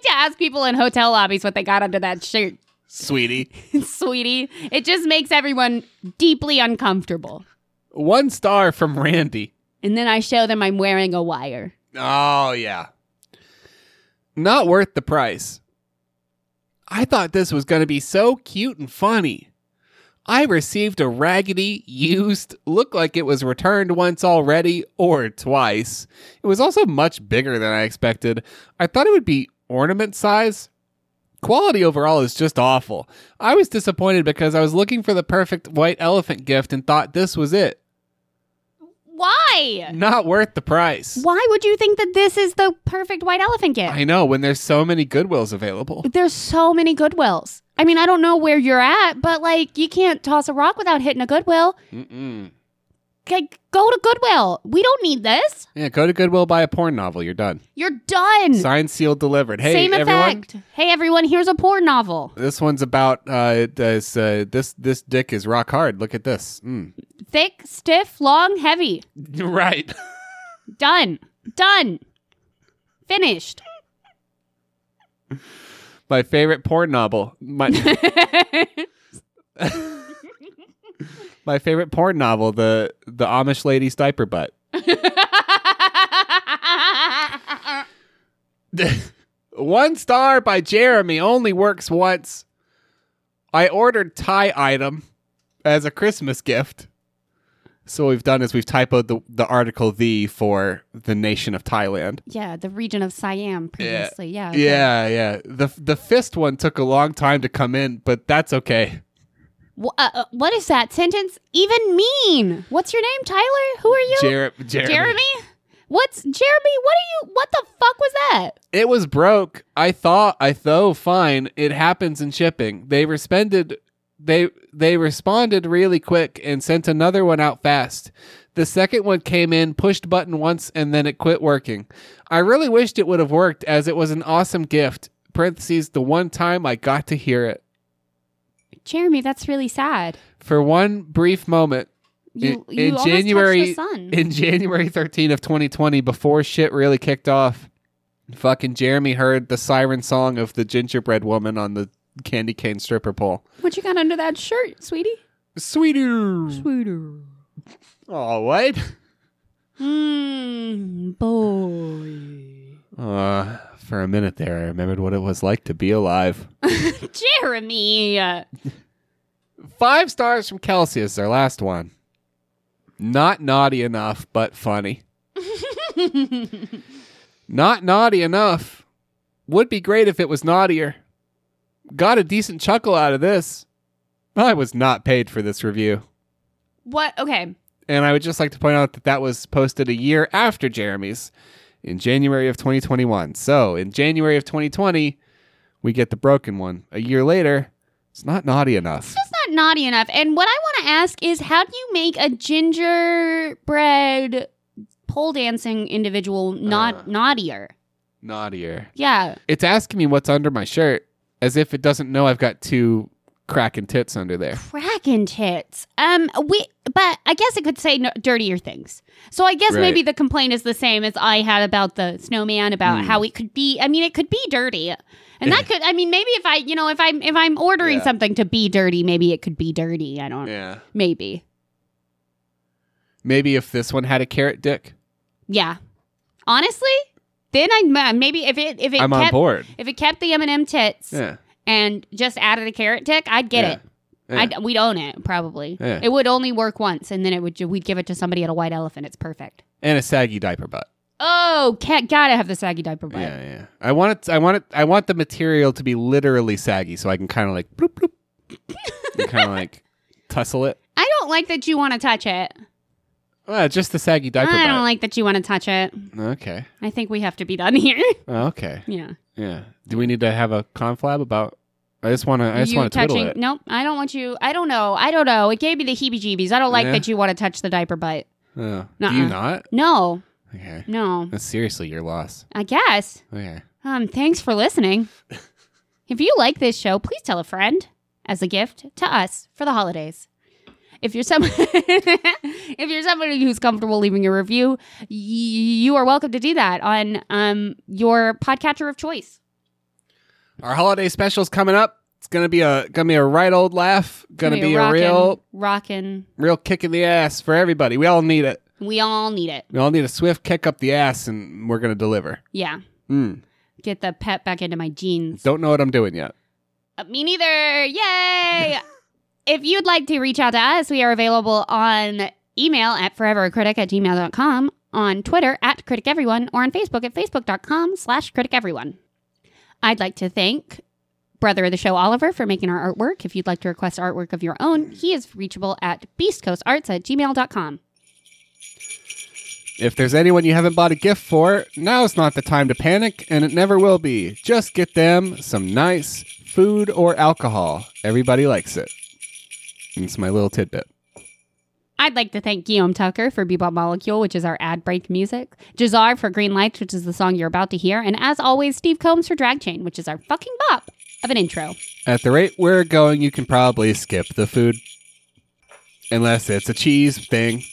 S2: [LAUGHS] like to ask people in hotel lobbies what they got under that shirt. [LAUGHS]
S1: Sweetie.
S2: sweetie. It just makes everyone deeply uncomfortable.
S1: One star from Randy.
S2: And then I show them I'm wearing a wire.
S1: Oh, yeah. Not worth the price. I thought this was going to be so cute and funny. I received a raggedy, used, looked like it was returned once already or twice. It was also much bigger than I expected. I thought it would be ornament size. Quality overall is just awful. I was disappointed because I was looking for the perfect white elephant gift and thought this was it.
S2: Why?
S1: Not worth the price.
S2: Why would you think that this is the perfect white elephant gift?
S1: I know when there's so many Goodwills available.
S2: There's so many Goodwills. I mean, I don't know where you're at, but like, you can't toss a rock without hitting a Goodwill.
S1: Mm-mm.
S2: Like, go to Goodwill. We don't need this.
S1: Yeah, go to Goodwill, buy a porn novel. You're done.
S2: You're done.
S1: Signed, sealed, delivered. Hey,
S2: Mm. Same
S1: everyone.
S2: effect. Hey, everyone, here's a porn novel.
S1: This one's about uh, this, uh, this. This dick is rock hard. Look at this. Mm.
S2: Thick, stiff, long, heavy.
S1: [LAUGHS] Right.
S2: Done. Done. Finished. [LAUGHS]
S1: My favorite porn novel.
S2: [LAUGHS]
S1: My my favorite porn novel. The the Amish lady's diaper butt. [LAUGHS] One star by Jeremy only works once. I ordered tie item as a Christmas gift. So what we've done is we've typoed the, the article the for the nation of Thailand.
S2: yeah, the region of Siam previously. Yeah. okay.
S1: Yeah, yeah. The the fist one took a long time to come in, but that's okay.
S2: Wh- uh, uh, what does that sentence even mean? What's your name, Tyler? Who are you?
S1: Jer- Jeremy.
S2: Jeremy? What's Jeremy? What are you? What the fuck was that?
S1: It was broke. I thought I though fine. It happens in shipping. They responded they they responded really quick and sent another one out fast. The second one came in, pushed button once, and then it quit working. I really wished it would have worked as it was an awesome gift. Parentheses the one time I got to hear it.
S2: Jeremy, that's really sad.
S1: For one brief moment,
S2: You,
S1: In-
S2: you
S1: in
S2: almost
S1: January-
S2: touched the sun.
S1: in January 13 of 2020, before shit really kicked off, fucking Jeremy heard the siren song of the gingerbread woman on the candy cane stripper pole.
S2: what you got under that shirt, sweetie?
S1: Sweeter.
S2: Sweeter.
S1: Oh, what?
S2: Mmm, boy. [LAUGHS]
S1: Uh, for a minute there, I remembered what it was like to be alive.
S2: Jeremy. [LAUGHS]
S1: Five stars from Kelsey is their last one. Not naughty enough, but funny. Not naughty enough. Would be great if it was naughtier. Got a decent chuckle out of this. I was not paid for this review.
S2: what? Okay.
S1: And I would just like to point out that that was posted a year after Jeremy's in January of 2021. So in January of 2020, we get the broken one. A year later, it's not naughty enough.
S2: It's not naughty enough. And what I want to ask is how do you make a gingerbread pole dancing individual not
S1: Uh.
S2: naughtier?
S1: Naughtier.
S2: Yeah.
S1: It's asking me what's under my shirt as if it doesn't know I've got two cracking tits under there.
S2: Kraken tits. Um, we, but I guess it could say no, dirtier things. So I guess
S1: Right.
S2: maybe the complaint is the same as I had about the snowman
S1: Mm.
S2: about how it could be. I mean, it could be dirty, and that could. I mean, maybe if I, you know, if I'm if I'm ordering
S1: Yeah.
S2: something to be dirty, maybe it could be dirty. I don't.
S1: Yeah.
S2: Maybe.
S1: Maybe if this one had a carrot dick,
S2: Yeah. Honestly, then I maybe if it if it
S1: I'm on
S2: kept
S1: board.
S2: if it kept the M and M tits
S1: Yeah.
S2: and just added a carrot dick, I'd get
S1: Yeah.
S2: it.
S1: Yeah.
S2: I'd, we'd own it probably.
S1: Yeah.
S2: It would only work once, and then it would ju- we'd give it to somebody at a white elephant. It's perfect.
S1: and a saggy diaper butt.
S2: Oh, cat, gotta have the saggy diaper butt.
S1: Yeah, yeah. I want it. I want it. I want the material to be literally saggy, so I can kind of like bloop bloop, kind of like [LAUGHS] tussle it.
S2: I don't like that you want to touch it.
S1: Uh, just the saggy diaper
S2: I don't
S1: butt.
S2: like that you want to touch it.
S1: okay.
S2: I think we have to be done [LAUGHS] here.
S1: Oh, okay.
S2: yeah,
S1: Yeah. Do we need to have a conflab about? I just want to. I just
S2: you
S1: want to twiddle
S2: touching?
S1: it.
S2: Nope, I don't want you. I don't know. I don't know. It gave me the heebie-jeebies. I don't like
S1: Yeah?
S2: that you want to touch the diaper butt.
S1: Oh.
S2: Nuh-uh.
S1: Do you not?
S2: No,
S1: Okay.
S2: no.
S1: That's seriously your loss.
S2: I guess.
S1: Okay.
S2: Um, thanks
S1: [LAUGHS]
S2: for listening. if you like this show, please tell a friend as a gift to us for the holidays. If you're some [LAUGHS] if you're somebody who's comfortable leaving a review, y- you are welcome to do that on um your podcatcher of choice.
S1: Our holiday special's coming up. It's gonna be a gonna be a right old laugh. Gonna, be, a real
S2: rockin'.
S1: real kick in the ass for everybody. We all need it.
S2: We all need it.
S1: We all need a swift kick up the ass, and we're gonna deliver.
S2: Yeah,
S1: Mm.
S2: get the pep back into my jeans.
S1: Don't know what I'm doing yet.
S2: Uh, me neither. Yay! if you'd like to reach out to us, we are available on email at foreveracritic at gmail.com, on Twitter at critic everyone, or on Facebook at facebook.com slash critic everyone. I'd like to thank brother of the show Oliver for making our artwork. If you'd like to request artwork of your own, he is reachable at beastcoastarts at gmail.com.
S1: If there's anyone you haven't bought a gift for, now's not the time to panic, and it never will be. Just get them some nice food or alcohol. Everybody likes it. It's my little tidbit.
S2: I'd like to thank Guillaume Tucker for Bebop Molecule, which is our ad break music, Jazar for Green Lights, which is the song you're about to hear, and as always, Steve Combs for Drag Chain, which is our fucking bop of an intro. [LAUGHS]
S1: At the rate we're going, you can probably skip the food. Unless it's a cheese thing.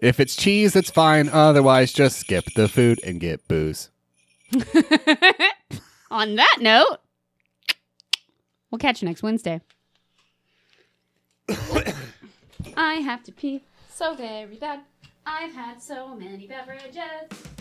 S1: If it's cheese, it's fine. Otherwise, just skip the food and get booze.
S2: On that note, we'll catch you next Wednesday. [COUGHS] I have to pee so very bad. I've had so many beverages.